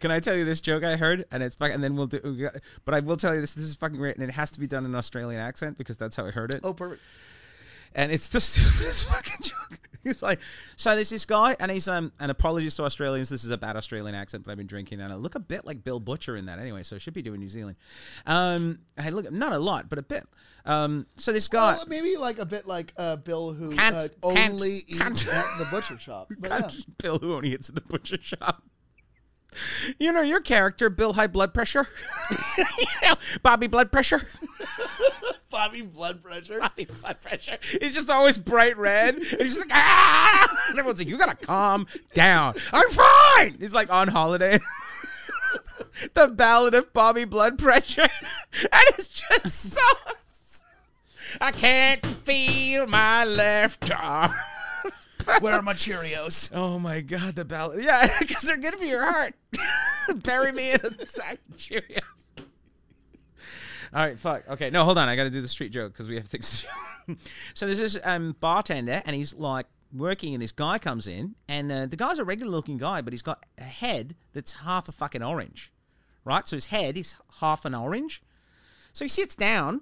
Speaker 1: Can I tell you this joke I heard? And it's fucking. And then we'll do. But I will tell you this. This is fucking great, and it has to be done in an Australian accent because that's how I heard it.
Speaker 2: oh, perfect.
Speaker 1: and it's the stupidest fucking joke. He's like, so there's this guy, and he's um, and apologies to Australians. This is a bad Australian accent, but I've been drinking, and I look a bit like Bill Butcher in that anyway, so I should be doing New Zealand. Um, I look not a lot, but a bit. Um, so this guy,
Speaker 2: Well, maybe like a bit like uh, Bill who
Speaker 1: Can't,
Speaker 2: uh,
Speaker 1: can't,
Speaker 2: only eats
Speaker 1: can't.
Speaker 2: at the butcher shop. But
Speaker 1: God,
Speaker 2: yeah.
Speaker 1: Bill who only hits at the butcher shop. You know your character, Bill High Blood Pressure, You know, Bobby Blood Pressure.
Speaker 2: Bobby blood pressure.
Speaker 1: Bobby Blood Pressure. He's just always bright red, and he's just like ah. And everyone's like, "You gotta calm down." I'm fine. He's like on holiday. the Ballad of Bobby Blood Pressure, and it's just so. I can't feel my left arm.
Speaker 2: Where are my Cheerios?
Speaker 1: Oh my God, the ballad. Yeah, because they're good for your heart. Bury me in a sack of Cheerios. All right, fuck. Okay, no, hold on. I got to do the street joke because we have things. to do. so there's this um, bartender, and he's like working, and this guy comes in, and uh, the guy's a regular-looking guy, but he's got a head that's half a fucking orange, right? So his head is half an orange. So he sits down,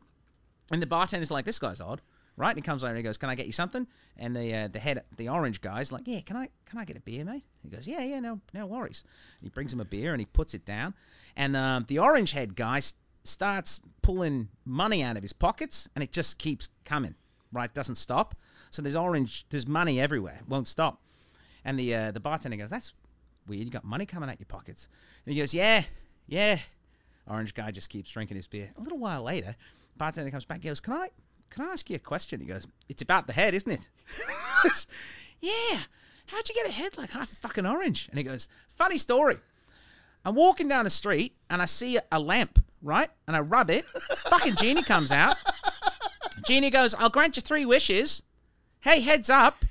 Speaker 1: and the bartender's like, "This guy's odd." Right, and he comes over and he goes, "Can I get you something?" And the uh, the head, the orange guy's like, "Yeah, can I can I get a beer, mate?" He goes, "Yeah, yeah, no no worries." And he brings him a beer and he puts it down, and um, the orange head guy s- starts pulling money out of his pockets, and it just keeps coming. Right, doesn't stop. So there's orange, there's money everywhere, won't stop. And the uh, the bartender goes, "That's weird. You got money coming out your pockets." And he goes, "Yeah, yeah." Orange guy just keeps drinking his beer. A little while later, bartender comes back. He goes, "Can I can I ask you a question?" He goes, "It's about the head, isn't it?" He goes, yeah. How'd you get a head like half a fucking orange? And he goes, "Funny story." I'm walking down the street and I see a lamp, right? And I rub it. Fucking genie comes out. Genie goes, "I'll grant you three wishes." Hey, heads up,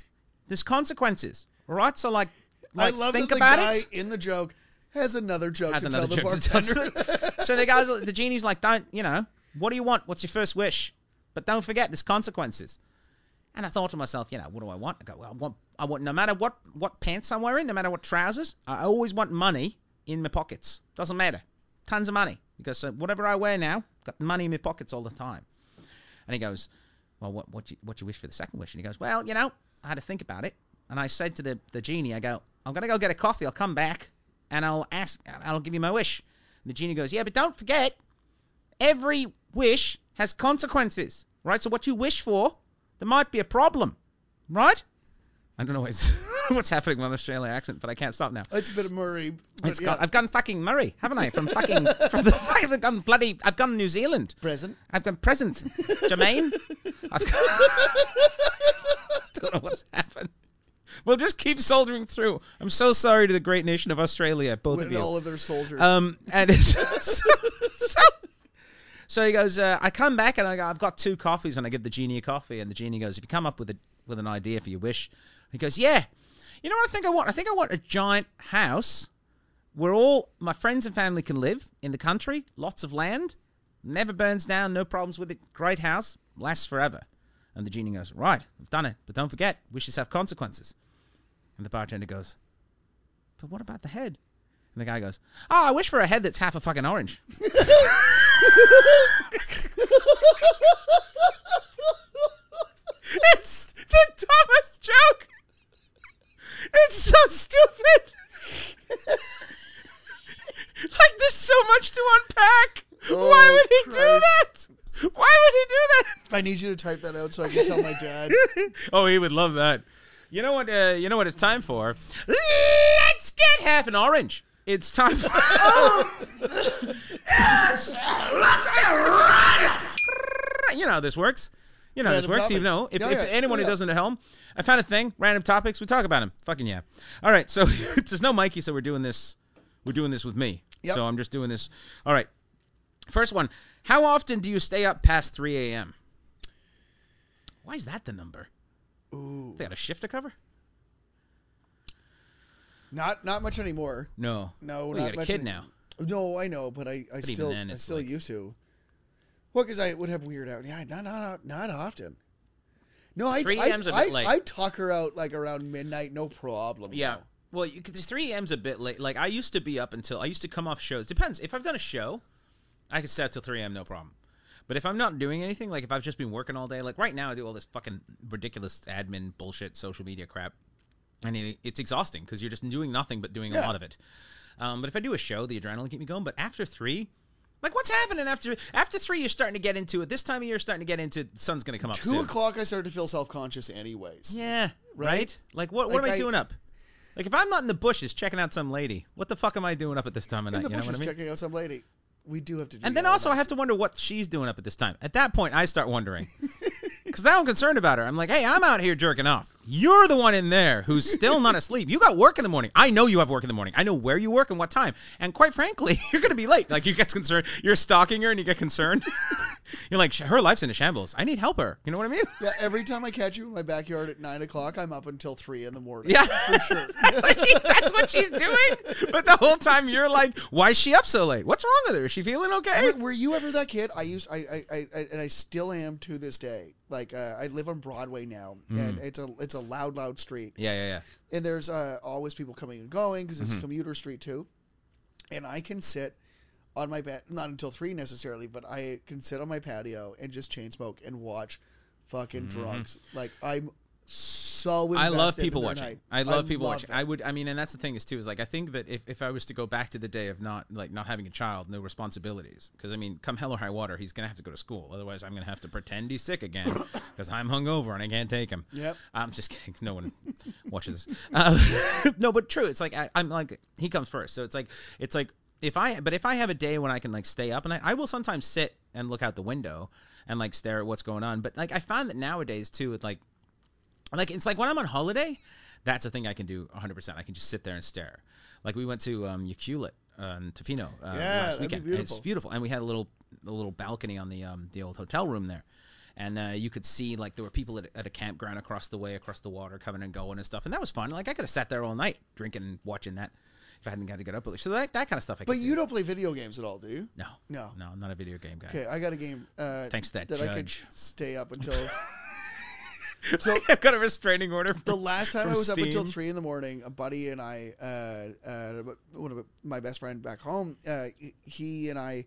Speaker 1: there's consequences. All right, so like, like
Speaker 2: I love
Speaker 1: think
Speaker 2: that the
Speaker 1: about
Speaker 2: guy
Speaker 1: it.
Speaker 2: in the joke has another joke
Speaker 1: Has
Speaker 2: to
Speaker 1: another
Speaker 2: tell
Speaker 1: joke
Speaker 2: the
Speaker 1: to tell.
Speaker 2: bartender.
Speaker 1: so the guys, the genie's like, "Don't you know? What do you want? What's your first wish? But don't forget, there's consequences." And I thought to myself, you know, what do I want? I go, well, I want, I want, no matter what what pants I'm wearing, no matter what trousers, I always want money in my pockets. Doesn't matter, tons of money because uh, whatever I wear now, got money in my pockets all the time. And he goes, well, what what you, what you wish for the second wish? And he goes, well, you know, I had to think about it, and I said to the the genie, I go, I'm gonna go get a coffee. I'll come back, and I'll ask, I'll give you my wish. And the genie goes, yeah, but don't forget, every wish has consequences, right? So what you wish for, there might be a problem, right? I don't know what's, what's happening with my Australian accent, but I can't stop now.
Speaker 2: It's a bit of Murray. But
Speaker 1: It's
Speaker 2: yeah.
Speaker 1: got, I've gone fucking Murray, haven't I? From fucking from the I've gone bloody I've gone New Zealand.
Speaker 2: Present.
Speaker 1: I've gone present. Jermaine. I've gone, don't know what's happened. We'll just keep soldiering through. I'm so sorry to the great nation of Australia, both of
Speaker 2: with
Speaker 1: you.
Speaker 2: all of their soldiers.
Speaker 1: Um, and it's, so, so, so he goes, uh, I come back and I go, I've got two coffees, and I give the genie a coffee, and the genie goes, if you come up with a with an idea for your wish, he goes, yeah, you know what I think I want? I think I want a giant house We're all my friends and family can live in the country. Lots of land, never burns down. No problems with it. Great house, lasts forever. And the genie goes, right, I've done it, but don't forget, wishes have consequences. And the bartender goes, but what about the head? And the guy goes, oh, I wish for a head that's half a fucking orange. it's the dumbest joke. It's so stupid. like, there's so much to unpack. Why
Speaker 2: Oh,
Speaker 1: would he do that? Why would he do
Speaker 2: I need you to type that out so I can tell my dad.
Speaker 1: that? oh, he would love that. You know what? Uh, you know what? It's time for. Let's get half an orange. It's time for. Yes! Let's get red! You know how this works. You know how this
Speaker 2: Random
Speaker 1: works,
Speaker 2: topic.
Speaker 1: even though if,
Speaker 2: Yeah,
Speaker 1: if
Speaker 2: yeah.
Speaker 1: anyone who
Speaker 2: Yeah.
Speaker 1: doesn't know Helm, I found a thing, random topics, we talk about them. Fucking yeah. All right, so there's no Mikey, so we're doing this. We're doing this with me.
Speaker 2: Yep.
Speaker 1: So I'm just doing this. All right. First one. How often do you stay up past 3 a.m.? Why is that the number? Ooh. They got a shift to cover?
Speaker 2: Not not much anymore.
Speaker 1: No.
Speaker 2: No,
Speaker 1: Well,
Speaker 2: not
Speaker 1: you got a
Speaker 2: much
Speaker 1: kid
Speaker 2: any-
Speaker 1: now.
Speaker 2: No, I know, but I, I still
Speaker 1: then,
Speaker 2: I
Speaker 1: it's
Speaker 2: still
Speaker 1: like-
Speaker 2: used to. Well, because I would have weird out. Yeah, not not not often. No, I
Speaker 1: 3
Speaker 2: I,
Speaker 1: a.m. 's a bit
Speaker 2: I,
Speaker 1: late.
Speaker 2: I talk her out like around midnight, no problem.
Speaker 1: Yeah.
Speaker 2: now.
Speaker 1: Well, you, 'cause three AM's a bit late. Like I used to be up until I used to come off shows. Depends. If I've done a show, I could stay up till three AM, no problem. But if I'm not doing anything, like if I've just been working all day, like right now, I do all this fucking ridiculous admin bullshit, social media crap, and it, it's exhausting because you're just doing nothing but doing a
Speaker 2: Yeah.
Speaker 1: lot of it. Um, but if I do a show, the adrenaline will keep me going. But after three. Like what's happening after after three? You're starting to get into it. This time of year, you're starting to get into the sun's going to come up.
Speaker 2: Two
Speaker 1: soon.
Speaker 2: o'clock, I started to feel self conscious, anyways.
Speaker 1: Yeah. Right?
Speaker 2: Right?
Speaker 1: Like what what
Speaker 2: Like,
Speaker 1: am I,
Speaker 2: I-
Speaker 1: doing up? Like if I'm not in the bushes checking out some lady, what the fuck am I doing up at this time of night?
Speaker 2: In the
Speaker 1: you know
Speaker 2: bushes,
Speaker 1: what I mean?
Speaker 2: checking out some lady. We do have to. do
Speaker 1: and then
Speaker 2: that
Speaker 1: also I
Speaker 2: all night.
Speaker 1: have to wonder what she's doing up at this time. At that point I start wondering. Cause now I'm concerned about her. I'm like, hey, I'm out here jerking off. You're the one in there who's still not asleep. You got work in the morning. I know you have work in the morning. I know where you work and what time. And quite frankly, you're gonna be late. Like you get concerned. You're stalking her and you get concerned. you're like, her life's in a shambles. I need help her. You know what I mean?
Speaker 2: Yeah, every time I catch you in my backyard at nine o'clock, I'm up until three in the morning.
Speaker 1: Yeah.
Speaker 2: for sure.
Speaker 1: That's what she's doing. But the whole time you're like, why is she up so late? What's wrong with her? Is she feeling okay?
Speaker 2: Were- Were you ever that kid? I used, I, I, I, I and I still am to this day. Like, uh, I live on Broadway now,
Speaker 1: Mm-hmm.
Speaker 2: and it's a, it's a loud, loud street,
Speaker 1: Yeah, yeah, yeah.
Speaker 2: and there's uh, always people coming and going because
Speaker 1: Mm-hmm.
Speaker 2: it's a commuter street too. And I can sit on my bed, not until three necessarily, but I can sit on my patio and just chain smoke and watch fucking drugs. Like I'm so.
Speaker 1: Mm-hmm. I
Speaker 2: invested
Speaker 1: love
Speaker 2: in
Speaker 1: people
Speaker 2: their
Speaker 1: watching.
Speaker 2: night.
Speaker 1: I love people watching.
Speaker 2: it.
Speaker 1: I would. I mean, and that's the thing is too is like I think that if, if I was to go back to the day of not like not having a child, no responsibilities, because I mean, come hell or high water, he's gonna have to go to school. Otherwise, I'm gonna have to pretend he's sick again because I'm hungover and I can't take him.
Speaker 2: Yep.
Speaker 1: I'm just kidding. No one watches this. Uh, no, but true. It's like I, I'm like he comes first, so it's like it's like if I but if I have a day when I can like stay up and I, I will sometimes sit and look out the window and like stare at what's going on. But like I find that nowadays too, with like like it's like when I'm on holiday, that's a thing I can do 100. percent I can just sit there and stare. Like we went to um, Uculet um, Tofino uh, last
Speaker 2: that'd be
Speaker 1: weekend. and it's
Speaker 2: beautiful.
Speaker 1: beautiful, and we had a little a little balcony on the um, the old hotel room there. And uh, you could see like there were people at, at a campground across the way, across the water, coming and going and stuff, and that was fun. Like I could have sat there all night drinking and watching that if I hadn't got to get up early. So that, that kind of stuff. I
Speaker 2: But
Speaker 1: could
Speaker 2: you
Speaker 1: do.
Speaker 2: don't play video games at all, do you?
Speaker 1: no,
Speaker 2: No.
Speaker 1: no, I'm not a video game guy.
Speaker 2: Okay, I got a game. Uh,
Speaker 1: Thanks to that
Speaker 2: I could
Speaker 1: judge.
Speaker 2: stay up until. so
Speaker 1: I've got a restraining order.
Speaker 2: the last time
Speaker 1: From
Speaker 2: I was up until
Speaker 1: Steam.
Speaker 2: three in the morning, a buddy and I, uh, uh, one of my best friend back home, uh, he and I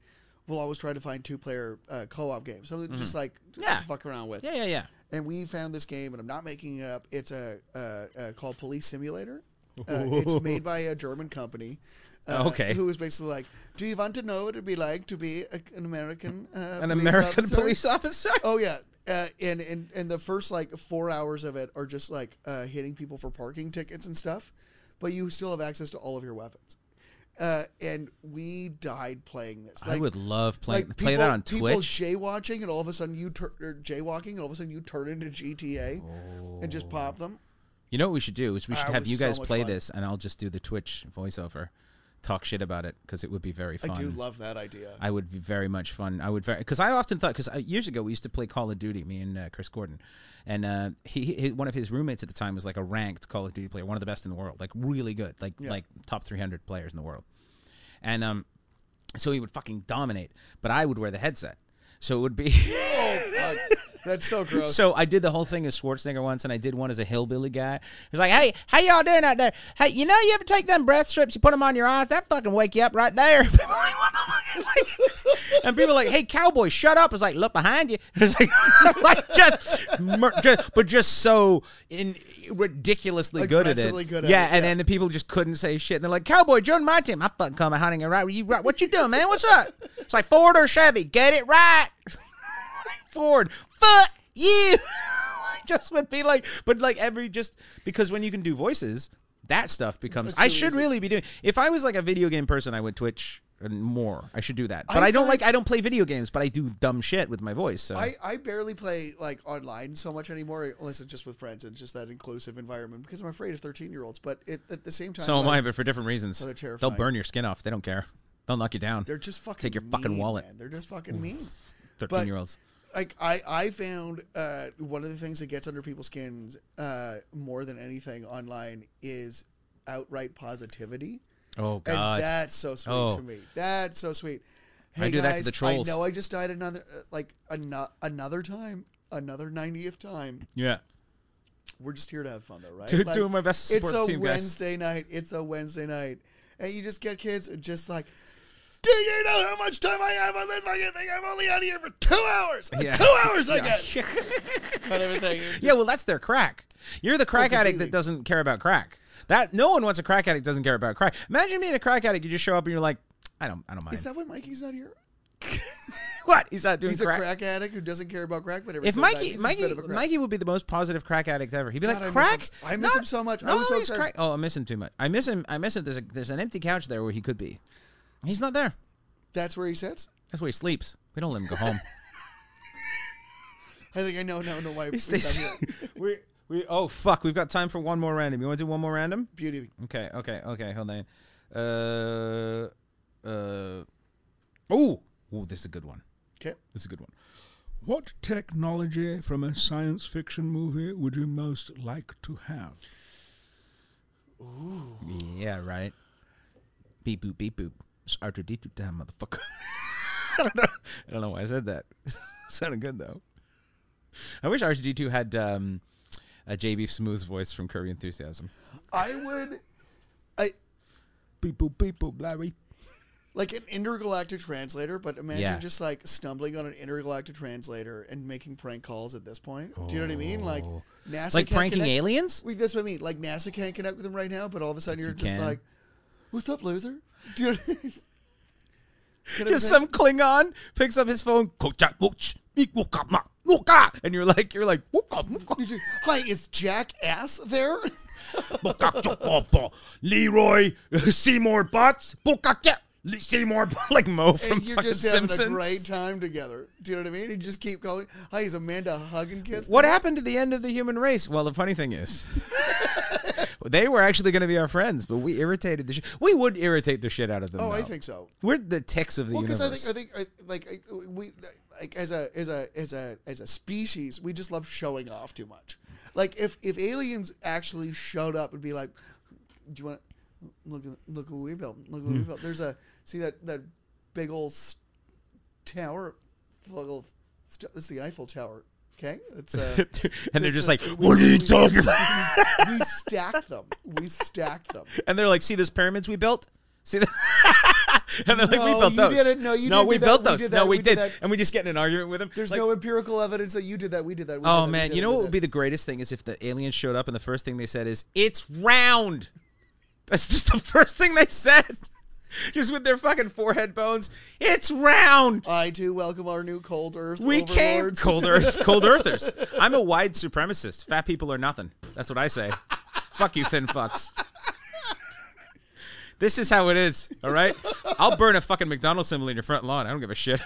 Speaker 2: will always try to find two player uh, co op games,
Speaker 1: Mm-hmm.
Speaker 2: something just like
Speaker 1: Yeah.
Speaker 2: to fuck around with.
Speaker 1: yeah, yeah, yeah.
Speaker 2: And we found this game, and I'm not making it up. It's a uh, uh, called Police Simulator. Uh, it's made by a German company. Uh,
Speaker 1: Okay.
Speaker 2: Who was basically like, "Do you want to know what it'd be like to be a, an American uh,
Speaker 1: An
Speaker 2: police
Speaker 1: American
Speaker 2: officer?"
Speaker 1: police officer.
Speaker 2: Oh yeah, uh, and and and the first like four hours of it are just like uh, hitting people for parking tickets and stuff, but you still have access to all of your weapons. Uh, and we died playing this.
Speaker 1: I
Speaker 2: Like,
Speaker 1: would love playing
Speaker 2: like
Speaker 1: play that on
Speaker 2: people
Speaker 1: Twitch.
Speaker 2: jaywatching, and all of a sudden you turn or jaywalking, and all of a sudden you turn into GTA and just pop them.
Speaker 1: You know what we should do is we should
Speaker 2: That
Speaker 1: have
Speaker 2: Ah, was
Speaker 1: you guys
Speaker 2: so much
Speaker 1: play
Speaker 2: fun.
Speaker 1: this, and I'll just do the Twitch voiceover talk shit about it because it would be very fun.
Speaker 2: I do love that idea.
Speaker 1: I would be very much fun. I would very because I often thought because years ago we used to play Call of Duty, me and uh, Chris Gordon, and uh, he, he he- one of his roommates at the time was like a ranked Call of Duty player, one of the best in the world, like really good, like like top three hundred players in the world, and um, so he would fucking dominate, but I would wear the headset, so it would be.
Speaker 2: oh, God. That's so gross.
Speaker 1: So I did the whole thing as Schwarzenegger once, and I did one as a hillbilly guy. It was like, "Hey, how y'all doing out there? Hey, you know, you ever take them breath strips? You put them on your eyes, that fucking wake you up right there." and people were like, "Hey, cowboy, shut up!" It's like, "Look behind you." It's like, like just, mur- just, but just so in ridiculously good at
Speaker 2: Aggressively
Speaker 1: it.
Speaker 2: good at
Speaker 1: yeah,
Speaker 2: it,
Speaker 1: and
Speaker 2: yeah.
Speaker 1: then the people just couldn't say shit. And they're like, "Cowboy, join my team." I fucking coming hunting it right. You right? What you doing, man? What's up? It's like Ford or Chevy. Get it right. Ford, fuck you. I just would be like, but like every just because when you can do voices, that stuff becomes. I should really be doing. If I was like a video game person, I would Twitch and more. I should do that. But I,
Speaker 2: I
Speaker 1: don't
Speaker 2: find-
Speaker 1: like. I don't play video games, but I do dumb shit with my voice. So
Speaker 2: I, I barely play like online so much anymore, unless it's just with friends and just that inclusive environment because I'm afraid of 13 year olds. But it, at the same time,
Speaker 1: so am I,
Speaker 2: like,
Speaker 1: but for different reasons.
Speaker 2: they're
Speaker 1: They'll
Speaker 2: terrifying.
Speaker 1: burn your skin off. They don't care. They'll knock you down.
Speaker 2: They're just fucking
Speaker 1: Take your fucking
Speaker 2: mean,
Speaker 1: wallet.
Speaker 2: man. They're just fucking mean.
Speaker 1: Thirteen year olds.
Speaker 2: like I, I found uh, one of the things that gets under people's skins uh, more than anything online is outright positivity.
Speaker 1: Oh
Speaker 2: And
Speaker 1: god.
Speaker 2: that's so sweet
Speaker 1: Oh.
Speaker 2: to me. That's so sweet.
Speaker 1: I
Speaker 2: Hey
Speaker 1: do that to
Speaker 2: guys,
Speaker 1: the trolls.
Speaker 2: I know I just died another uh, like ano- another time, another 90th time.
Speaker 1: yeah.
Speaker 2: We're just here to have fun though, right?
Speaker 1: Two- two of my best
Speaker 2: It's
Speaker 1: sports
Speaker 2: a
Speaker 1: team guys.
Speaker 2: Wednesday night. It's a Wednesday night. And you just get kids just like do you know how much time I have on this fucking thing? I'm only out of here for two hours.
Speaker 1: Yeah.
Speaker 2: Two hours I get. kind of a thing.
Speaker 1: Yeah, well, that's their crack. You're the crack addict that
Speaker 2: Oh, completely.
Speaker 1: doesn't care about crack. That no one wants a crack addict that doesn't care about crack. Imagine being a crack addict. You just show up and you're like, I don't, I don't mind.
Speaker 2: Is that why Mikey's not here?
Speaker 1: what? He's not doing
Speaker 2: He's
Speaker 1: crack.
Speaker 2: a crack addict who doesn't care about crack, but every
Speaker 1: If
Speaker 2: so time
Speaker 1: Mikey,
Speaker 2: he's a bit
Speaker 1: Mikey,
Speaker 2: of a crack.
Speaker 1: Mikey would be the most positive crack addict ever. He'd be
Speaker 2: God,
Speaker 1: like,
Speaker 2: I miss him
Speaker 1: crack.
Speaker 2: s- I miss
Speaker 1: Not-
Speaker 2: him so much. I
Speaker 1: not
Speaker 2: was so
Speaker 1: always
Speaker 2: excited.
Speaker 1: crack- Oh, I miss him too much. I miss him. I miss him. There's a, there's an empty couch there where he could be. He's not there.
Speaker 2: That's where he sits.
Speaker 1: That's where he sleeps. We don't let him go home.
Speaker 2: I think I know now know why
Speaker 1: he
Speaker 2: he's
Speaker 1: stays.
Speaker 2: not here.
Speaker 1: we, we. Oh fuck! We've got time for one more random. You want to do one more random?
Speaker 2: Beauty.
Speaker 1: Okay, okay, okay. Hold on. Uh, uh. Oh, oh, this is a good one.
Speaker 2: Okay.
Speaker 1: This is a good one.
Speaker 6: What technology from a science fiction movie would you most like to have?
Speaker 1: Yeah, right. Beep boop beep boop. It's R two D two time, motherfucker. I don't know. I don't know why I said that. Sounded good though. I wish R two D two had um, a JB Smooth's voice from Curry Enthusiasm.
Speaker 2: I would, I
Speaker 6: Beep boop beep boop, Larry.
Speaker 2: like an intergalactic translator, but imagine
Speaker 1: Yeah.
Speaker 2: just like stumbling on an intergalactic translator and making prank calls at this point. Do you know what I mean? Like NASA,
Speaker 1: Oh. Like
Speaker 2: can't
Speaker 1: pranking
Speaker 2: connect-
Speaker 1: aliens?
Speaker 2: Wait, that's what I mean. Like NASA can't connect with them right now, but all of a sudden you're just
Speaker 1: can.
Speaker 2: like, "What's up, loser?" Dude,
Speaker 1: Just some Klingon picks up his phone. "Kocha wuch, ik woka ma, woka," And you're like, you're like, "Woka, woka."
Speaker 2: Hi, is Jack Ass there?
Speaker 1: Bukakchakapa. Leroy Seymour Butts. Bukakcha. Le- Seymour Butts. like Mo from
Speaker 2: and you're
Speaker 1: fucking
Speaker 2: just having
Speaker 1: Simpsons.
Speaker 2: a great time together. Do you know what I mean? You just keep calling. Hi, is Amanda hug and kiss?
Speaker 1: What happened to the end of the human race? Well, the funny thing is, they were actually going to be our friends, but we irritated the shit. We would irritate the shit out of them.
Speaker 2: Oh, I
Speaker 1: though.
Speaker 2: think so.
Speaker 1: We're the ticks of the
Speaker 2: Well, because
Speaker 1: universe.
Speaker 2: I think I think I, like I, we like as a as a as a as a species, we just love showing off too much. Like if if aliens actually showed up and be like, "Do you want look at look what we built? Look
Speaker 1: Hmm.
Speaker 2: what we built." There's a see that that big old s- tower, full st- it's the Eiffel Tower. Okay, it's uh,
Speaker 1: and they're just
Speaker 2: it's a-
Speaker 1: like,
Speaker 2: we-
Speaker 1: what are you
Speaker 2: we-
Speaker 1: talking about?
Speaker 2: we stacked them. We stacked them.
Speaker 1: And they're like, see those pyramids we built? See that? and they're like, we
Speaker 2: No,
Speaker 1: built
Speaker 2: you
Speaker 1: those.
Speaker 2: didn't. No, you
Speaker 1: no,
Speaker 2: didn't
Speaker 1: we
Speaker 2: do that.
Speaker 1: built
Speaker 2: We
Speaker 1: those.
Speaker 2: did
Speaker 1: no,
Speaker 2: that.
Speaker 1: we,
Speaker 2: We did
Speaker 1: did.
Speaker 2: that.
Speaker 1: And we just get in an argument with them.
Speaker 2: There's
Speaker 1: Like,
Speaker 2: no empirical evidence that you did that. We did that. We
Speaker 1: Oh
Speaker 2: did that, we
Speaker 1: man,
Speaker 2: did
Speaker 1: you
Speaker 2: that,
Speaker 1: know
Speaker 2: we
Speaker 1: what
Speaker 2: did
Speaker 1: would be the greatest thing is if the aliens showed up and the first thing they said is "It's round." That's just the first thing they said, just with their fucking forehead bones. It's round.
Speaker 2: that. I too welcome our new cold Earth.
Speaker 1: We came
Speaker 2: overlords.
Speaker 1: cold earth, cold earthers. I'm a wide supremacist. Fat people are nothing. That's what I say. Fuck you, thin fucks. This is how it is. All right, I'll burn a fucking McDonald's symbol in your front lawn. I don't give a shit.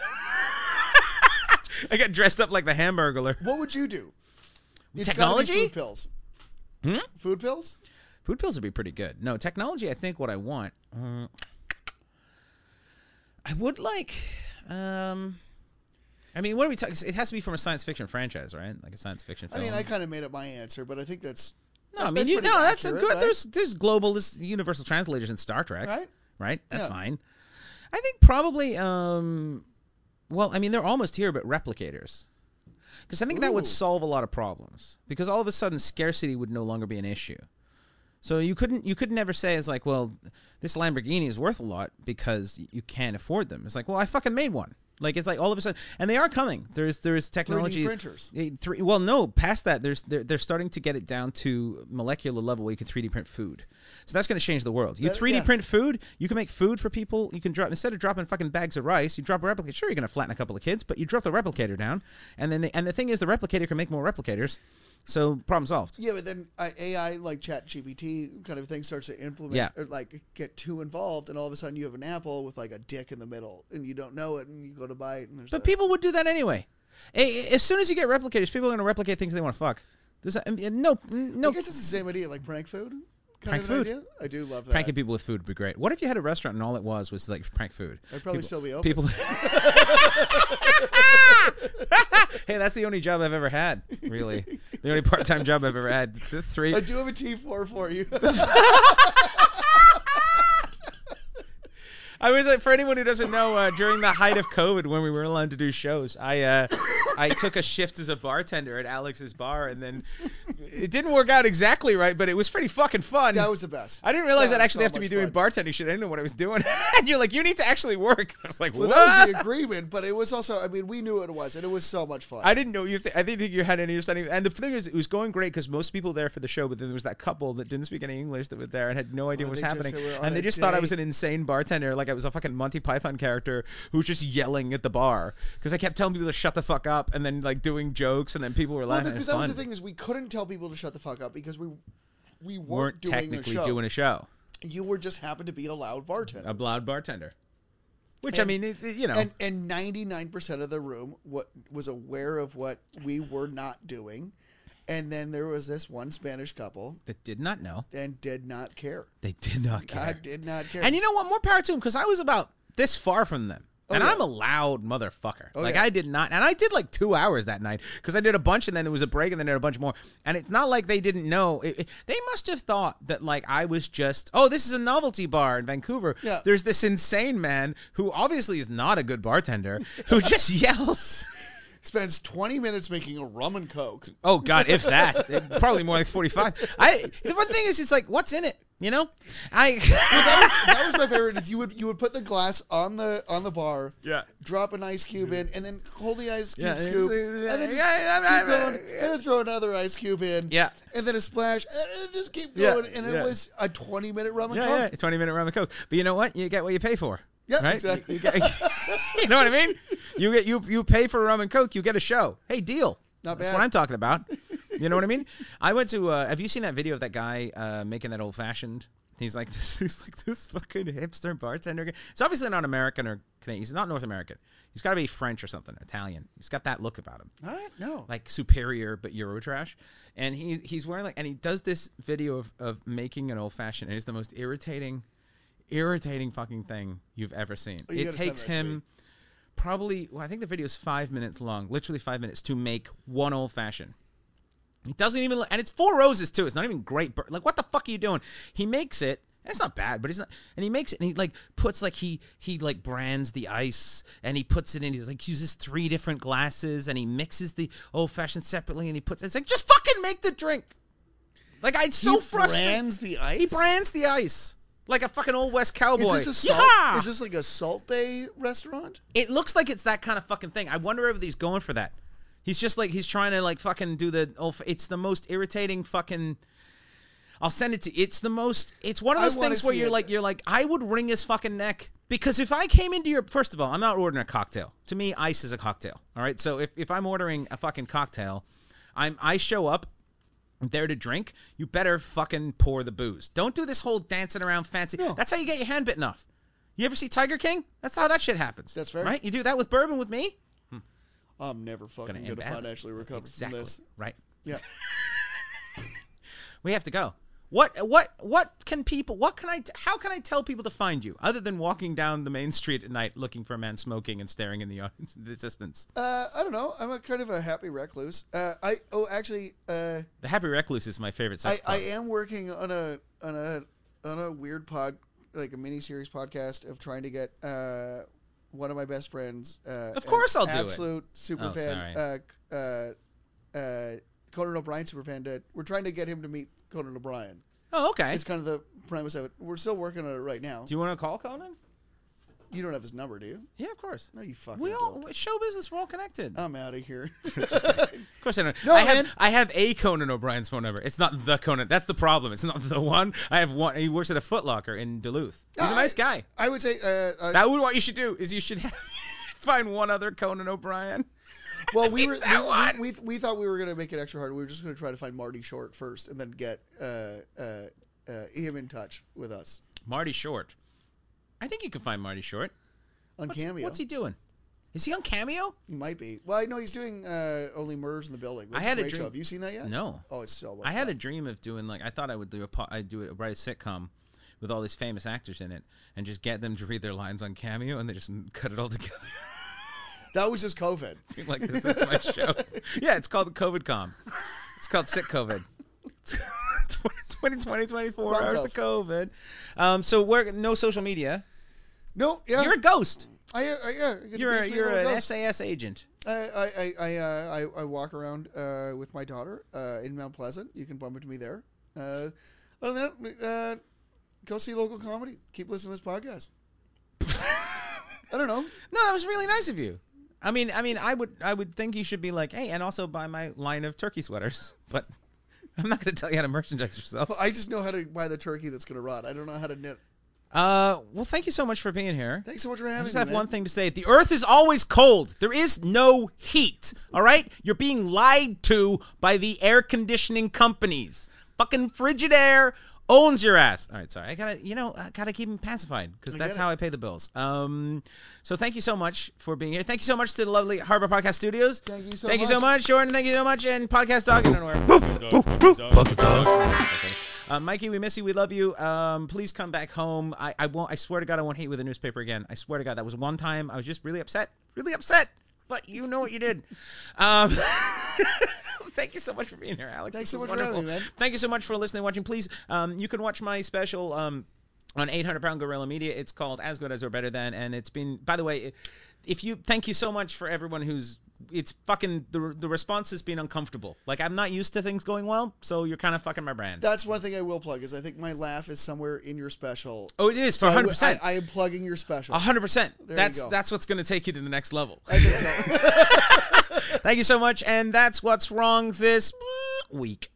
Speaker 1: I got dressed up like the Hamburglar.
Speaker 2: What would you do? It's gotta be
Speaker 1: Technology? Hmm?
Speaker 2: food pills. Food pills?
Speaker 1: Food pills would be pretty good. No, technology, I think what I want. Uh, I would like. Um, I mean, what are we talking? It has to be from a science fiction franchise, right? Like a science fiction.
Speaker 2: I
Speaker 1: Film.
Speaker 2: mean, I kind of made up my answer, but I think that's
Speaker 1: no, I mean,
Speaker 2: that's
Speaker 1: you,
Speaker 2: pretty
Speaker 1: no, that's a
Speaker 2: accurate,
Speaker 1: good.
Speaker 2: right?
Speaker 1: There's there's global, there's universal translators in Star Trek,
Speaker 2: right.
Speaker 1: Right, that's
Speaker 2: Yeah.
Speaker 1: fine. I think probably. Um, well, I mean, they're almost here, but replicators, because I think that would
Speaker 2: Ooh.
Speaker 1: solve a lot of problems. Because all of a sudden, scarcity would no longer be an issue. So you couldn't you could never say it's like, well, this Lamborghini is worth a lot because you can't afford them. It's like, well, I fucking made one. Like it's like all of a sudden, and they are coming. There's there's technology
Speaker 2: printers.
Speaker 1: Eh, Three, well, no, past that, there's they're, they're starting to get it down to molecular level where you can 3D print food. So that's going to change the world. You
Speaker 2: That-
Speaker 1: 3D
Speaker 2: yeah.
Speaker 1: print food, you can make food for people. You can drop instead of dropping fucking bags of rice, you drop a replicator. Sure, you're going to flatten a couple of kids, but you drop the replicator down, and then the, and the thing is, the replicator can make more replicators. So problem solved.
Speaker 2: Yeah, but then uh, AI like Chat GPT kind of thing starts to implement
Speaker 1: Yeah.
Speaker 2: or like get too involved, and all of a sudden you have an apple with like a dick in the middle, and you don't know it, and you go to bite, and there's a,
Speaker 1: But people would do that anyway. A- As soon as you get replicators, people are going to replicate things they want to fuck. There's a- I mean, no,
Speaker 2: I
Speaker 1: no.
Speaker 2: guess it's the same idea, like prank food. Kind
Speaker 1: Prank
Speaker 2: of an
Speaker 1: food.
Speaker 2: idea. I do love that.
Speaker 1: Pranking people with food would be great. What if you had a restaurant and all it was was like prank food?
Speaker 2: I'd probably
Speaker 1: people,
Speaker 2: still be open.
Speaker 1: People. hey, that's the only job I've ever had. Really, the only part-time job I've ever had. The three.
Speaker 2: I do have a T four for you.
Speaker 1: I was like, for anyone who doesn't know, uh, during the height of COVID, when we were allowed to do shows, I uh, I took a shift as a bartender at Alex's bar, and then it didn't work out exactly right, but it was pretty fucking fun.
Speaker 2: that was the best.
Speaker 1: I didn't realize
Speaker 2: That
Speaker 1: I'd
Speaker 2: was
Speaker 1: actually
Speaker 2: so
Speaker 1: have to be
Speaker 2: much
Speaker 1: doing
Speaker 2: fun.
Speaker 1: bartending shit. I didn't know what I was doing. and you're like, you need to actually work. I was like,
Speaker 2: Well,
Speaker 1: what?
Speaker 2: that was the agreement, but it was also. I mean, we knew what it was, and it was so much fun.
Speaker 1: I didn't know you. Th- I didn't think you had any understanding. And the thing is, it was going great because most people there for the show, but then there was that couple that didn't speak any English that were there and had no idea
Speaker 2: Oh,
Speaker 1: what was
Speaker 2: they just-
Speaker 1: happening,
Speaker 2: they were on
Speaker 1: and they
Speaker 2: a
Speaker 1: just thought I was
Speaker 2: date.
Speaker 1: an insane bartender, like I was a fucking Monty Python character who was just yelling at the bar because I kept telling people to shut the fuck up, and then like doing jokes, and then people were
Speaker 2: Well,
Speaker 1: laughing.
Speaker 2: because
Speaker 1: it
Speaker 2: that
Speaker 1: was
Speaker 2: was the
Speaker 1: fun.
Speaker 2: thing is we couldn't tell people to shut the fuck up because we we weren't,
Speaker 1: weren't
Speaker 2: doing
Speaker 1: technically
Speaker 2: a show.
Speaker 1: doing a show.
Speaker 2: you were just happened to be a loud bartender.
Speaker 1: A loud bartender, which I
Speaker 2: And-
Speaker 1: mean, it's, it- you know,
Speaker 2: and and ninety nine percent of the room what was aware of what we were not doing, and then there was this one Spanish couple
Speaker 1: that did not know.
Speaker 2: and did not care.
Speaker 1: They did not care.
Speaker 2: I did not care.
Speaker 1: And you know what? More power to him because I was about this far from them. and
Speaker 2: Oh, yeah. Oh,
Speaker 1: I'm a loud motherfucker. like
Speaker 2: yeah.
Speaker 1: I did not, and I did like two hours that night because I did a bunch, and then there was a break, and then there was a bunch more. And it's not like they didn't know. It- it- they must have thought that like I was just, oh, this is a novelty bar in Vancouver.
Speaker 2: Yeah.
Speaker 1: There's this insane man who obviously is not a good bartender who just yells.
Speaker 2: spends twenty minutes making a rum and coke.
Speaker 1: Oh God, if that, probably more like forty-five. I the one thing is, it's like, what's in it? You know, I.
Speaker 2: that was my favorite. is You would you would put the glass on the on the bar.
Speaker 1: Yeah.
Speaker 2: Drop an ice cube in, and then hold the ice cube
Speaker 1: Yeah, it's-
Speaker 2: scoop,
Speaker 1: uh,
Speaker 2: and then just
Speaker 1: yeah, yeah,
Speaker 2: keep
Speaker 1: yeah,
Speaker 2: going,
Speaker 1: yeah.
Speaker 2: and then throw another ice cube in.
Speaker 1: Yeah.
Speaker 2: And then a splash, and then just keep
Speaker 1: Yeah,
Speaker 2: going. and it
Speaker 1: yeah.
Speaker 2: was a twenty minute rum and
Speaker 1: Yeah,
Speaker 2: coke.
Speaker 1: yeah, it's 20 minute rum and coke. But you know what? You get what you pay for.
Speaker 2: Yeah,
Speaker 1: right?
Speaker 2: exactly.
Speaker 1: You, you get- you know what I mean? You get you you pay for rum and coke, you get a show. Hey, deal.
Speaker 2: Not
Speaker 1: That's
Speaker 2: bad.
Speaker 1: what I'm talking about. You know what I mean? I went to. Uh, have you seen that video of that guy uh, making that old fashioned? He's like this. He's like this fucking hipster bartender. guy. He's obviously not American or Canadian. He's not North American. He's got to be French or something, Italian. He's got that look about him
Speaker 2: What? No.
Speaker 1: like superior but Euro trash. And he he's wearing like and he does this video of, of making an old fashioned and it's the most irritating irritating fucking thing you've ever seen.
Speaker 2: Oh, you
Speaker 1: it
Speaker 2: gotta send
Speaker 1: takes
Speaker 2: that to
Speaker 1: him
Speaker 2: me.
Speaker 1: probably well, I think the video is five minutes long, literally five minutes to make one old fashioned. It doesn't even look, and it's four roses too. It's not even great. But like, what the fuck are you doing? He makes it. And it's not bad, but he's not. And he makes it, and he like puts like he he like brands the ice, and he puts it in. He's like uses three different glasses, and he mixes the old fashioned separately, and he puts. It's like just fucking make the drink. Like I, it's so
Speaker 2: he
Speaker 1: frustrating.
Speaker 2: brands the ice.
Speaker 1: He brands the ice like a fucking old west
Speaker 2: Is
Speaker 1: cowboy.
Speaker 2: this a salt?
Speaker 1: Yeah!
Speaker 2: Is this like a Salt Bay restaurant?
Speaker 1: It looks like it's that kind of fucking thing. I wonder if he's going for that. He's just like he's trying to like fucking do the. Oh, it's the most irritating fucking. I'll send it to. It's the most. It's one of
Speaker 2: I
Speaker 1: those
Speaker 2: wanna
Speaker 1: things where
Speaker 2: see
Speaker 1: you're
Speaker 2: it.
Speaker 1: like you're like I would wring his fucking neck because if I came into your first of all I'm not ordering a cocktail. To me, ice is a cocktail. All right, so if if I'm ordering a fucking cocktail, I'm I show up there to drink, you better fucking pour the booze. Don't do this whole dancing around fancy. That's how you get your hand bitten off. You ever see Tiger King? That's how that shit happens.
Speaker 2: That's fair.
Speaker 1: Right? You do that with bourbon with me?
Speaker 2: I'm never fucking
Speaker 1: end
Speaker 2: gonna
Speaker 1: badly.
Speaker 2: financially recover from
Speaker 1: Exactly.
Speaker 2: this.
Speaker 1: Right.
Speaker 2: Yeah.
Speaker 1: We have to go. What what what can people? What can I? How can I tell people to find you other than walking down the main street at night looking for a man smoking and staring in the audience, the distance?
Speaker 2: Uh, I don't know. I'm a kind of a happy recluse. Uh, I oh actually, uh,
Speaker 1: The Happy Recluse is my favorite.
Speaker 2: I,
Speaker 1: Sex
Speaker 2: I
Speaker 1: club.
Speaker 2: am working on a on a on a weird pod like a mini series podcast of trying to get uh one of my best friends. Uh,
Speaker 1: Of course
Speaker 2: an
Speaker 1: I'll do it.
Speaker 2: Absolute super
Speaker 1: Oh,
Speaker 2: fan. Uh,
Speaker 1: sorry.
Speaker 2: c- uh, uh, Conan O'Brien super fan. To, we're trying to get him to meet Conan O'Brien.
Speaker 1: Oh, okay.
Speaker 2: It's kind of the premise of it. We're still working on it right now.
Speaker 1: Do you want to call Conan?
Speaker 2: you don't have his number, do you?
Speaker 1: Yeah, of course.
Speaker 2: No, you fucking.
Speaker 1: We all
Speaker 2: don't.
Speaker 1: show business. We're all connected.
Speaker 2: I'm out of here.
Speaker 1: of course, I don't.
Speaker 2: No,
Speaker 1: I have
Speaker 2: man.
Speaker 1: I have a Conan O'Brien's phone number. It's not the Conan. That's the problem. It's not the one. I have one. He works at a Foot Locker in Duluth. He's a nice guy.
Speaker 2: I would say uh, uh,
Speaker 1: That would what you should do is you should find one other Conan O'Brien.
Speaker 2: Well, we were we, we, we, we thought we were going to make it extra hard. We were just going to try to find Marty Short first, and then get uh, uh, uh, him in touch with us
Speaker 1: Marty Short. I think you can find Marty Short.
Speaker 2: on
Speaker 1: What's,
Speaker 2: Cameo.
Speaker 1: what's he doing? Is he on Cameo?
Speaker 2: He might be. Well, I know he's doing uh, Only Murders in the Building. Which
Speaker 1: I had
Speaker 2: is
Speaker 1: a
Speaker 2: great
Speaker 1: dream-
Speaker 2: show. Have you seen that yet?
Speaker 1: No.
Speaker 2: Oh, it's so. Much
Speaker 1: I had a
Speaker 2: fun.
Speaker 1: dream of doing like I thought I would do a po- I'd do a write a sitcom with all these famous actors in it and just get them to read their lines on Cameo and they just m- cut it all together.
Speaker 2: That was just COVID.
Speaker 1: like this is my show. Yeah, it's called COVID Com. It's called Sick COVID. 20, 20, 24
Speaker 2: Wrong
Speaker 1: hours of COVID. Um, so we're no social media.
Speaker 2: No, yeah.
Speaker 1: You're a ghost.
Speaker 2: I, I, yeah. I get to
Speaker 1: You're
Speaker 2: be
Speaker 1: a,
Speaker 2: sweet
Speaker 1: you're
Speaker 2: little
Speaker 1: an
Speaker 2: ghost.
Speaker 1: SAS agent.
Speaker 2: I I I I, uh, I, I walk around uh, with my daughter uh, in Mount Pleasant. You can bump into me there. Uh, other than that, uh, go see local comedy. Keep listening to this podcast. I don't know.
Speaker 1: No, that was really nice of you. I mean, I mean, I would, I would think you should be like, hey, and also buy my line of turkey sweaters. But I'm not going to tell you how to merchandise yourself.
Speaker 2: Well, I just know how to buy the turkey that's going to rot. I don't know how to knit.
Speaker 1: Uh, well, thank you so much for being here.
Speaker 2: Thanks so much for
Speaker 1: I
Speaker 2: having
Speaker 1: just
Speaker 2: me.
Speaker 1: have
Speaker 2: man.
Speaker 1: one thing to say. The Earth is always cold. There is no heat. All right, you're being lied to by the air conditioning companies. Fucking Frigidaire owns your ass. All right, sorry. I gotta, you know, I gotta keep him pacified because that's
Speaker 2: get it.
Speaker 1: how I pay the bills. Um, so thank you so much for being here. Thank you so much to the lovely Harbor Podcast Studios.
Speaker 2: Thank you so
Speaker 1: Thank you so
Speaker 2: much.
Speaker 1: much, Jordan. Thank you so much, and Podcast Dog. I don't know where- uh, Mikey, we miss you. We love you. Um, please come back home. I, I won't. I swear to God, I won't hate you with a newspaper again. I swear to God, that was one time I was just really upset, really upset. But you know what you did. Um, thank you so much for being here, Alex.
Speaker 2: Thanks
Speaker 1: This
Speaker 2: so
Speaker 1: is
Speaker 2: much for having
Speaker 1: wonderful.
Speaker 2: me, man.
Speaker 1: Thank you so much for listening, and watching. Please, um, you can watch my special. Um, on 800 pound gorilla media it's called as good as or better than and it's been by the way if you thank you so much for everyone who's it's fucking the, the response has been uncomfortable like i'm not used to things going well so you're kind of fucking my brand
Speaker 2: That's one thing I will plug is I think my laugh is somewhere in your special.
Speaker 1: Oh, it is for
Speaker 2: I w-
Speaker 1: hundred percent.
Speaker 2: I, I am plugging your special.
Speaker 1: hundred percent.
Speaker 2: you
Speaker 1: That's
Speaker 2: go.
Speaker 1: that's what's going to take you to the next level.
Speaker 2: I think so.
Speaker 1: Thank you so much, and that's what's wrong this week.